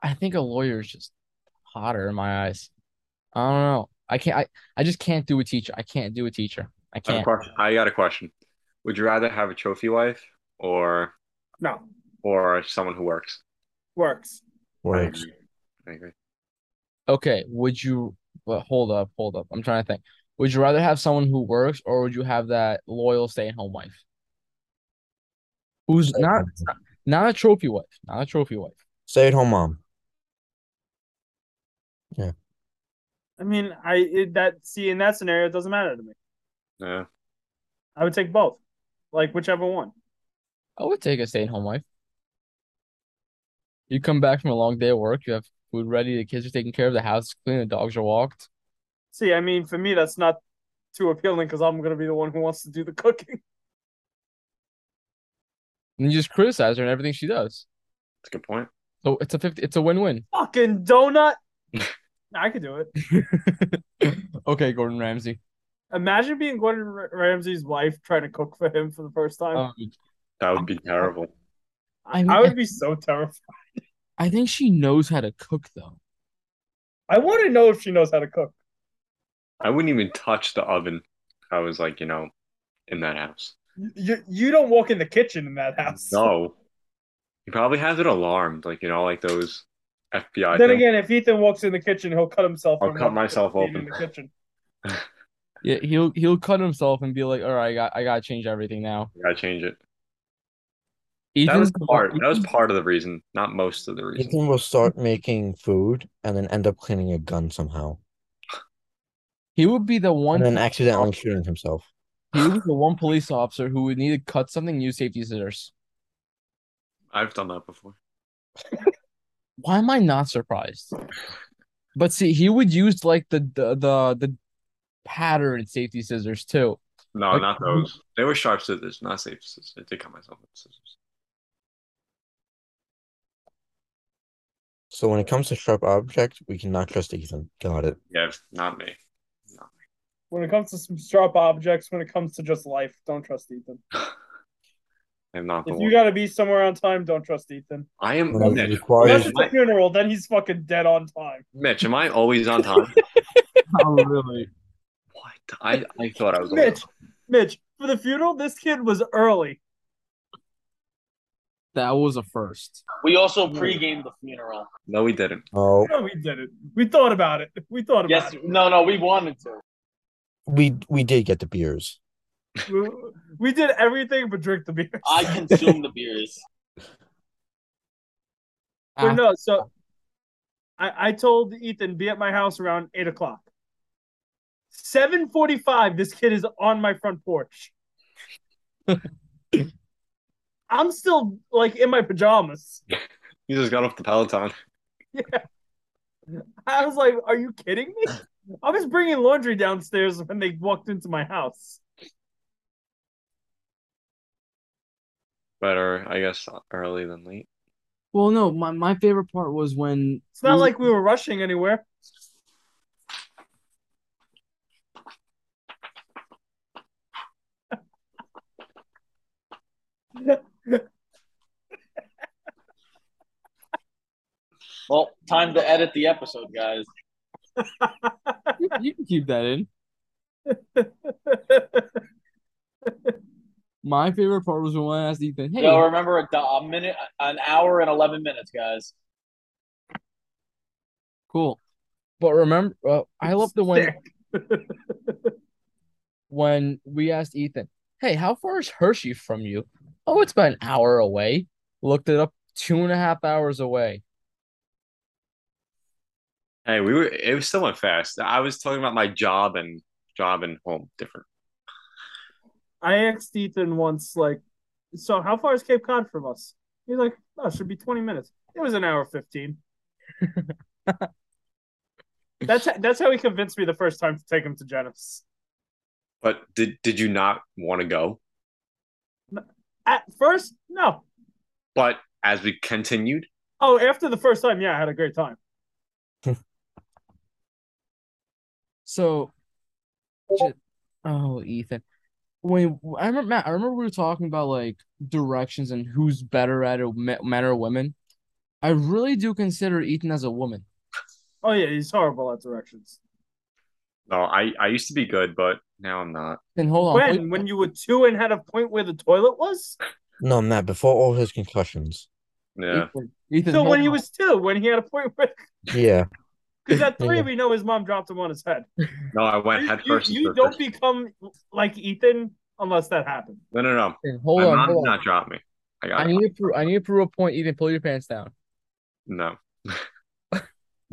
I think a lawyer is just hotter in my eyes. I don't know. I can't I, I just can't do a teacher. I can't do a teacher. I
I, have a
can't.
question. I got a question. Would you rather have a trophy wife or
No,
or someone who works?
works.
I
Works.
agree. I agree.
Okay, would you but hold up, hold up. I'm trying to think. Would you rather have someone who works or would you have that loyal stay-at-home wife? Who's not not a trophy wife, not a trophy wife.
Stay at home mom.
I mean, I it, that see in that scenario it doesn't matter to me.
Yeah.
I would take both, like whichever one.
I would take a stay-at-home wife. You come back from a long day of work, you have food ready, the kids are taken care of, the house is clean, the dogs are walked.
See, I mean, for me that's not too appealing because I'm gonna be the one who wants to do the cooking.
And you just criticize her and everything she does.
That's a good point.
So it's a 50, it's a win-win.
Fucking donut. I could do it.
Okay, Gordon Ramsay.
Imagine being Gordon Ra- Ramsay's wife trying to cook for him for the first time.
Um,
That would be terrible.
I mean,
I
I,
would be so terrified.
I think she knows how to cook though.
I want to know if she knows how to cook.
I wouldn't even touch the oven. if I was like, you know, in that house.
You you don't walk in the kitchen in that house.
No. He probably has it alarmed, like you know, like those FBI.
then
things.
again, if Ethan walks in the kitchen, he'll cut himself.
I'll
from
cut
walking
myself
in the
open.
kitchen.
Yeah, he'll he'll cut himself and be like, "All right, I got I got to change everything now."
I gotta change it. That was
Ethan's
part. That was part of the reason, not most of the reason.
Ethan will start making food and then end up cleaning a gun somehow.
He would be the one.
And then accidentally shooting himself.
He was the one police officer who would need to cut something, and use safety scissors.
I've done that before.
Why am I not surprised? But see, he would use like the the the, the pattern safety scissors too.
No,
Like-
not those. They were sharp scissors, not safe scissors. I did cut myself with scissors.
So when it comes to sharp objects, we cannot trust Ethan. Got it.
Yeah, not me.
When it comes to some sharp objects, when it comes to just life, don't trust Ethan.
I'm not the
If
one.
you gotta be somewhere on time, don't trust Ethan.
I am
Well, it
Mitch.
requires-
Unless
Mitch,
it's a funeral, then he's fucking dead on time.
Mitch, am I always on time?
Oh, really?
what? I, I thought I was. always-
Mitch, Mitch, for the funeral, this kid was early.
That was a first.
We also pre-gamed the funeral.
No, we didn't.
Oh,
No, we did it. We thought about it. We thought about
Yes,
it.
no, no, we wanted to.
we we did get the beers.
We, we did everything but drink the beer.
I consumed the beers.
But
Ah,
no, so I, I told Ethan be at my house around eight o'clock. Seven forty-five. This kid is on my front porch. I'm still like in my pajamas.
You just got off the Peloton.
I was like, "Are you kidding me?" I was bringing laundry downstairs when they walked into my house.
Better, I guess, early than late.
Well, no, my, my favorite part was when
It's not like we were rushing anywhere.
Well, time to edit the episode, guys.
you, you can keep that in. My favorite part was when I asked Ethan, "Hey,
Yo, remember a, do- a minute, an hour and eleven minutes, guys.
cool," but remember, uh, I love the when when we asked Ethan, "Hey, how far is Hershey from you?" Oh, it's about an hour away. Looked it up, two and a half hours away.
Hey, we were. It was still went fast. I was talking about my job and job and home different.
I asked Ethan once, like, so how far is Cape Cod from us? He's like, oh, it should be 20 minutes. It was an hour 15. that's that's how he convinced me the first time to take him to Genesis.
But did did you not want to go?
At first, no.
But as we continued,
Oh, after the first time, yeah, I had a great time.
So, ju- oh, Ethan, when I remember, Matt, I remember we were talking about like directions and who's better at it, me- men or women. I really do consider Ethan as a woman.
Oh yeah, he's horrible at directions.
no, I I used to be good, but now I'm not.
Then hold on, wait-
When when you were two and had a point where the toilet was?
No, Matt, before all his concussions.
Yeah,
Ethan, Ethan,
So
hold
when he
on.
was two, when he had a point where
Yeah.
because at three
Yeah.
we know his mom dropped him on his head.
no, I went
You,
head
you,
first.
you
into
don't
this.
become like Ethan unless that happened.
No, no, no.
Ethan, hold
My
on,
mom did
hold on.
not drop me. I got
I need to prove, I need to prove a point. Ethan, pull your pants down.
no.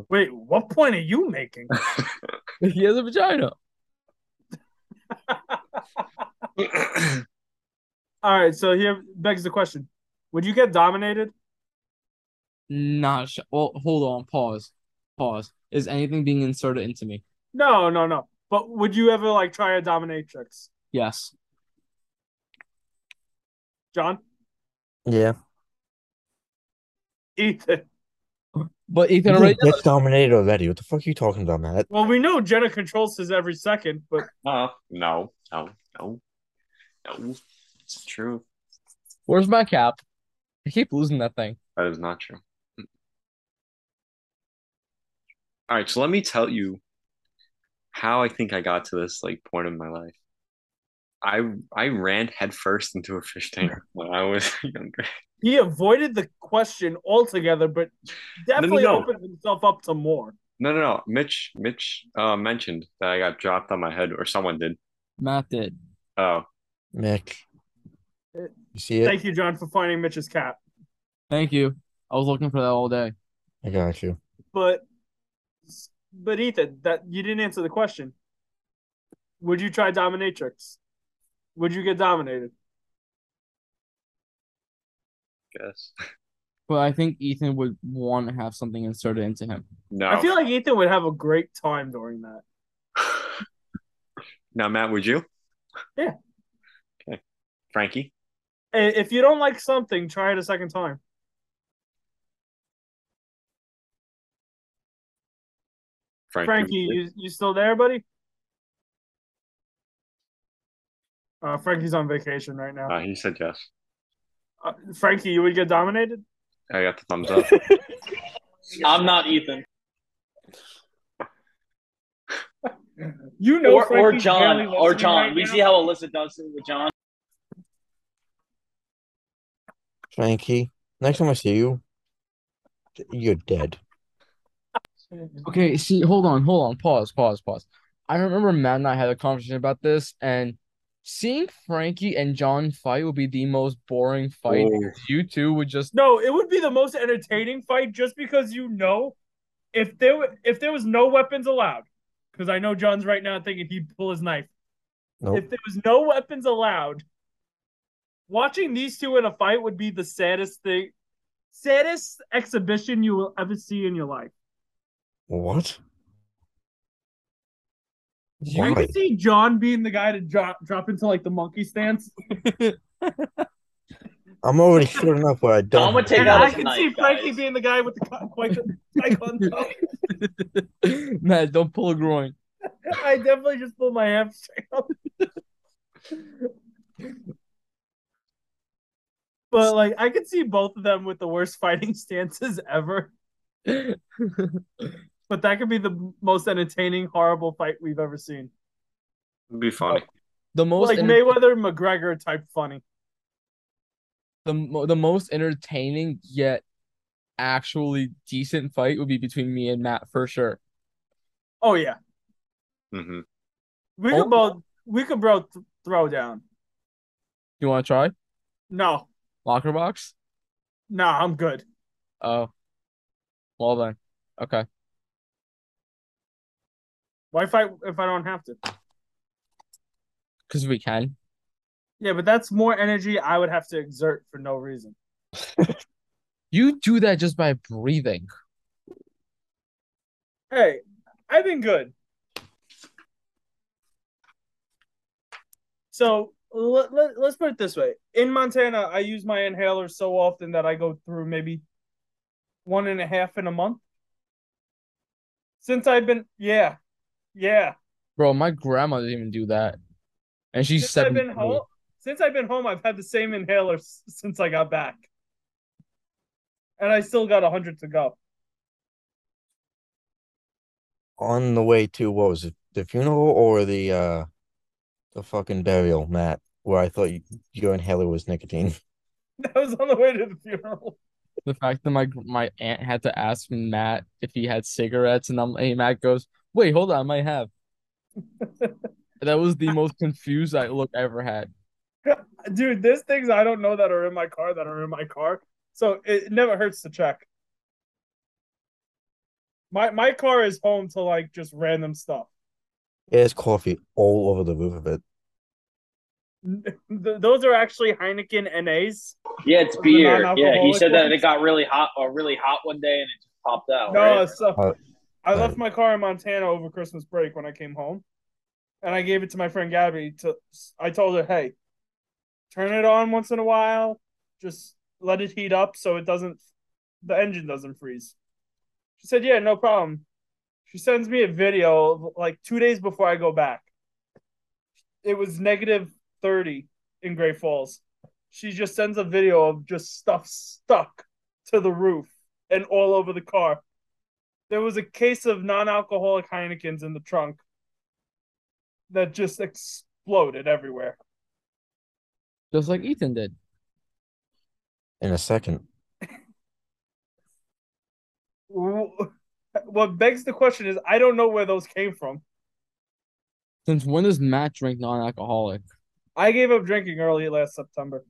Wait, what point are you making?
He has a vagina.
All right, so here begs the question: Would you get dominated?
Not sh- well. Hold on. Pause. Pause. Is anything being inserted into me?
No, no, no. But would you ever like try a dominatrix,
Yes.
John?
Yeah.
Ethan.
But Ethan
Ethan
already.
gets dominated already. What the fuck are you talking about, Matt?
Well, we know Jenna controls his every second, but
no, no, no, no, no. It's true.
Where's my cap? I keep losing that thing.
That is not true. All right, so let me tell you how I think I got to this like point in my life. I I ran headfirst into a fish tank when I was younger.
He avoided the question altogether, but definitely
no.
opened himself up to more.
No, no, no. Mitch Mitch uh, mentioned that I got dropped on my head, or someone did.
Matt did.
Oh,
Nick. You see it?
Thank you, John, for finding Mitch's cap.
Thank you. I was looking for that all day.
I got you.
But but Ethan, that you didn't answer the question. Would you try dominatrix? Would you get dominated?
guess
But I think Ethan would want to have something inserted into him.
no.
I feel like Ethan would have a great time during that.
now, Matt, would you?
Yeah.
Okay, Frankie.
I- If you don't like something, try it a second time.
Frankie.
Frankie, you, you still there, buddy? Uh, Frankie's on vacation right now.
Uh, he said yes.
Uh, Frankie, you would get dominated?
I got the thumbs up.
I'm not Ethan.
You know,
Or, or
Frankie's
John.
barely
Or
listening
John.
right
we
now.
see how Alyssa does it with John.
Frankie, next time I see you, you're dead.
Okay, see, hold on, hold on, pause, pause, pause. I remember Matt and I had a conversation about this, and seeing Frankie and John fight would be the most boring fight.
Oh.
You two would just
No, it would be the most entertaining fight just because you know if there were, if there was no weapons allowed, because I know John's right now thinking he'd pull his knife.
Nope.
If there was no weapons allowed, watching these two in a fight would be the saddest thing, saddest exhibition you will ever see in your life.
What?
I
Why?
could see John being the guy to drop drop into like the monkey stance,
I'm already short enough where I
Oh,
don't.
John would take
and
out
I
his
could
knife,
see Frankie
guys.
being the guy with the co- quite the taekwondo.
Matt, don't pull a groin.
I definitely just pulled my hamstring out. but like I could see both of them with the worst fighting stances ever. But that could be the most entertaining, horrible fight we've ever seen.
It'd be funny.
The most
like
enter-
Mayweather McGregor type funny.
the mo- the most entertaining yet actually decent fight would be between me and Matt for sure.
Oh yeah.
hmm
We
Oh.
could both we could both throw down.
You want to try
No.
locker box?
No, I'm good.
Oh, well then, okay.
Why fight if I don't have to?
Because we can.
Yeah, but that's more energy I would have to exert for no reason.
You do that just by breathing.
Hey, I've been good. So let, let, let's put it this way. In Montana, I use my inhaler so often that I go through maybe one and a half in a month. Since I've been, yeah, yeah.
Bro, my grandma didn't even do that. And she's
Since I've
seven.
been home, since I've been home, I've had the same inhaler s- since I got back, and I still got a hundred to go.
On the way to what was it? The funeral or the uh the fucking burial, Matt, where I thought you, your inhaler was nicotine.
That was on the way to the funeral.
The fact that my my aunt had to ask Matt if he had cigarettes, and I'm and Matt goes, "Wait, hold on, I might have." that was the most confused I look I ever had.
Dude, there's things I don't know that are in my car that are in my car. So it never hurts to check. My my car is home to like just random stuff.
There's coffee all over the roof of it.
Th- those are actually Heineken NAs.
Yeah, it's
The
beer. Yeah, he
non-alcoholic
said that
ones?
it got really hot
uh,
or really hot one day and it just popped out.
No,
right?
so
Uh,
I left my car in Montana over Christmas break when I came home, and I gave it to my friend Gabby. To I told her, hey, turn it on once in a while, just let it heat up so it doesn't, the engine doesn't freeze. She said, yeah, no problem. She sends me a video of, like two days before I go back. It was negative thirty in Great Falls. she just sends a video of just stuff stuck to the roof and all over the car. There was a case of non-alcoholic Heinekens in the trunk that just exploded everywhere.
just like Ethan did.
in a second.
Wh- What begs the question is, I don't know where those came from.
Since when does Matt drink non-alcoholic?
I gave up drinking early last September.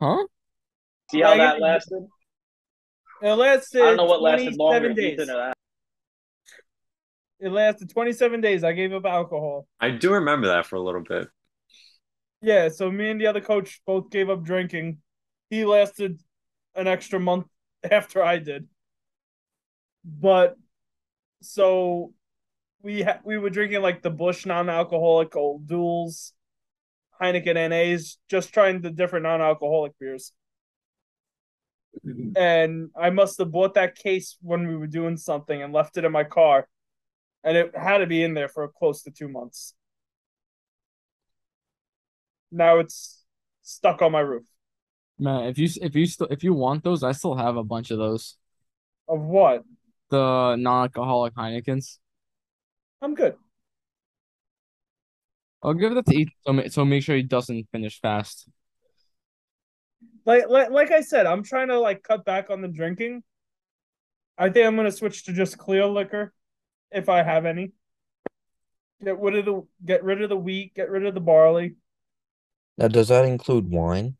Huh?
See how
I
that
get-
lasted?
It lasted.
I don't know what lasted longer,
27 days.
Ethan or that.
It lasted 27 days. I gave up alcohol.
I do remember that for a little bit.
Yeah, so me and the other coach both gave up drinking. He lasted an extra month after I did. But so we ha- we were drinking like the Bush non-alcoholic Old Duels, Heineken NAs, just trying the different non-alcoholic beers. And I must have bought that case when we were doing something and left it in my car. And it had to be in there for close to 2 months. Now it's stuck on my roof.
Man, if you if you still if you want those, I still have a bunch of those.
Of what?
The non-alcoholic Heinekens.
I'm good.
I'll give that to Ethan. So, ma- so make sure he doesn't finish fast.
Like, like like I said, I'm trying to like cut back on the drinking. I think I'm gonna switch to just clear liquor, if I have any. Get rid of the get rid of the wheat, get rid of the barley.
Now, does that include wine?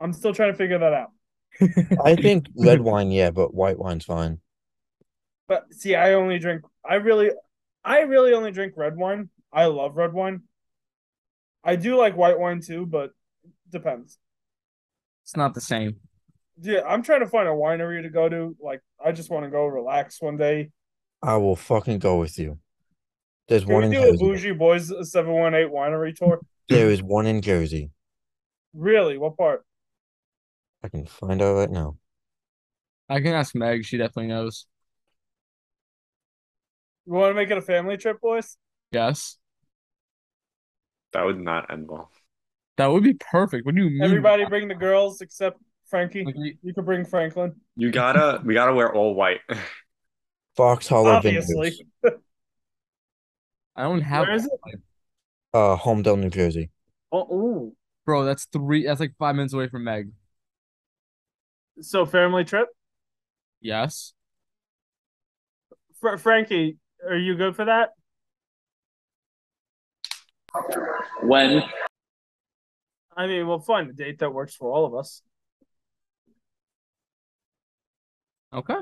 I'm still trying to figure that out.
I think red wine, yeah, but white wine's fine.
But see, I only drink. I really, I really only drink red wine. I love red wine. I do like white wine too, but depends.
It's not the same.
Yeah, I'm trying to find a winery to go to. Like, I just want to go relax one day.
I will fucking go with you. There's
Can
one
we
in
do a
Jersey.
bougie boys seven one eight winery tour?
There is one in Jersey.
Really? What part?
I can find out right now.
I can ask Meg. She definitely knows.
You want to make it a family trip, boys?
Yes,
That would not end well.
that would be perfect. What do you mean?
Everybody bring the girls except Frankie.
Like, we-
You could bring Franklin.
You gotta, we gotta wear all white.
Fox Hollow Vineyards,
Obviously.
I don't have,
Where is it?
uh, Homedale, New Jersey.
Oh, ooh.
bro. That's three. That's like five minutes away from Meg.
So family trip.
Yes,
Fr- Frankie, are you good for that?
When?
I mean, we'll find a date that works for all of us.
okay.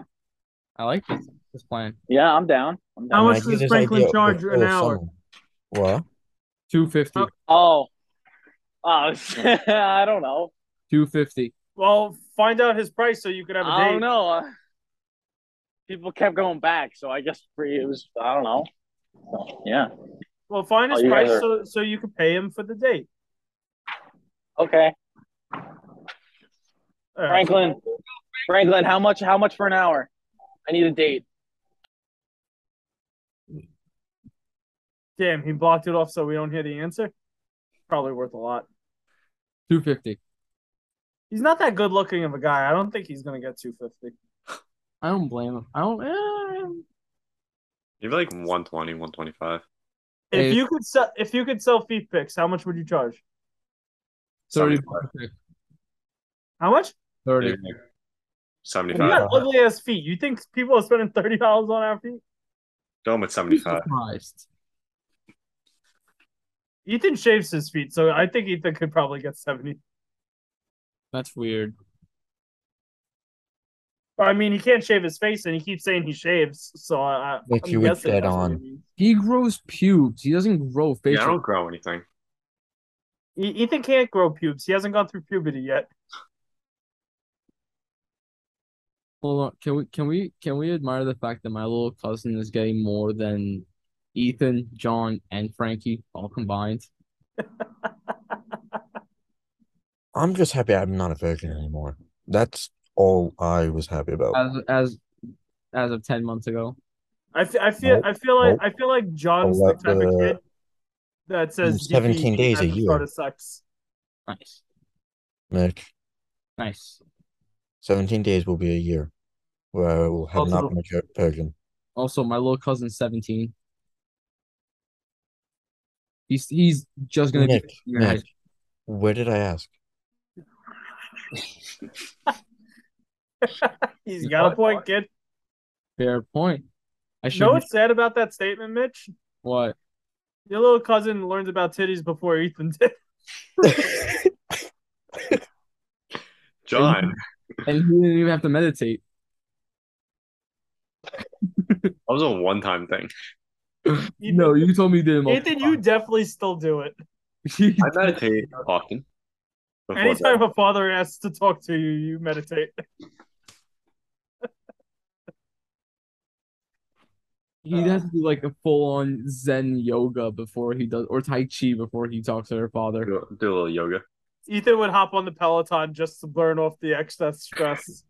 I like this this plan.
Yeah, I'm down. I'm down.
How
And
much
I get
does
this
Franklin
idea
charge
before
an hour?
summer. What?
Two fifty.
Oh.
Oh. Oh, I don't know.
Two fifty.
Well, find out his price so you could have a
I
date.
don't know. Uh, People kept going back, so I guess for you it was, I don't know. Yeah.
Well, find his
Oh, you
price
guys are-
so, so you could pay him for the date.
Okay.
All right.
Franklin. Franklin, how much how much for an hour? I need a date.
Damn, he blocked it off so we don't hear the answer. Probably worth a lot.
Two fifty.
He's not that good looking of a guy. I don't think he's gonna get two fifty.
I don't blame him. I don't. eh.
Maybe like 120, 125.
If
Hey.
you could sell, if you could sell feet pics, how much would you charge?
Thirty.
Something like
How much?
that.
Thirty.
Maybe like
We
75.
got ugly ass feet. You think people are spending thirty dollars on our feet?
Go with 75.
Surprised.
Ethan shaves his feet, so I think Ethan could probably get seventy.
That's weird.
Or, I mean, he can't shave his face, and he keeps saying he shaves. So I, I-
Like
I'm
you would
guessing
dead
that's what he
on.
means.
He grows pubes. He doesn't grow
Yeah, I
facial.
don't grow anything.
E- Ethan can't grow pubes. He hasn't gone through puberty yet.
Hold on. Can we can we can we admire the fact that my little cousin is getting more than Ethan, John, and Frankie all combined?
I'm just happy I'm not a virgin anymore. That's all I was happy about.
As as as of ten months ago.
I, f- I feel
Nope.
I feel like
Nope.
I feel like John's
Ele-
the type of
uh,
kid that says
17 days a year.
Sort of sucks.
Nice.
Mitch.
Nice.
17 days will be a year where I will have
Also-
not been a Jer- Persian.
Also, my little cousin's 17. He's he's just gonna
Nick,
be in high
Nick. Where did I ask?
He's got a point, kid.
Fair point. I should
You know what's sad about that statement, Mitch?
what?
Your little cousin learns about titties before Ethan did.
John,
And he didn't even have to meditate.
that was a one-time thing.
Ethan,
No, you told me you didn't. multiple
Ethan, you definitely still do it.
times.
I meditate often. Before
Anytime
bed.
a father asks to talk to you, you meditate.
he has to do like a full on Zen yoga before he does, or Tai Chi before he talks to her father.
do, do a little yoga.
Ethan would hop on the Peloton just to burn off the excess stress.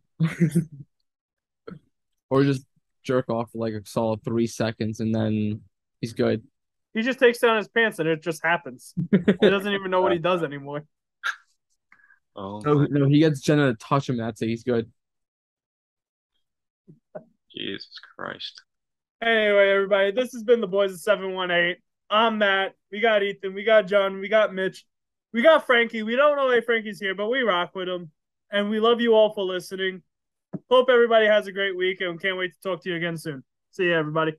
Or just jerk off for like a solid three seconds and then he's good.
He just takes down his pants and it just happens. He doesn't even know what he does anymore.
Oh,
No, no, he gets Jenna to touch him. That's it. He's good.
Jesus Christ.
Anyway, everybody, this has been the boys of 718. I'm Matt. We got Ethan. We got John. We got Mitch. We got Frankie. We don't know why Frankie's here, but we rock with him. And we love you all for listening. Hope everybody has a great week and can't wait to talk to you again soon. See you, everybody.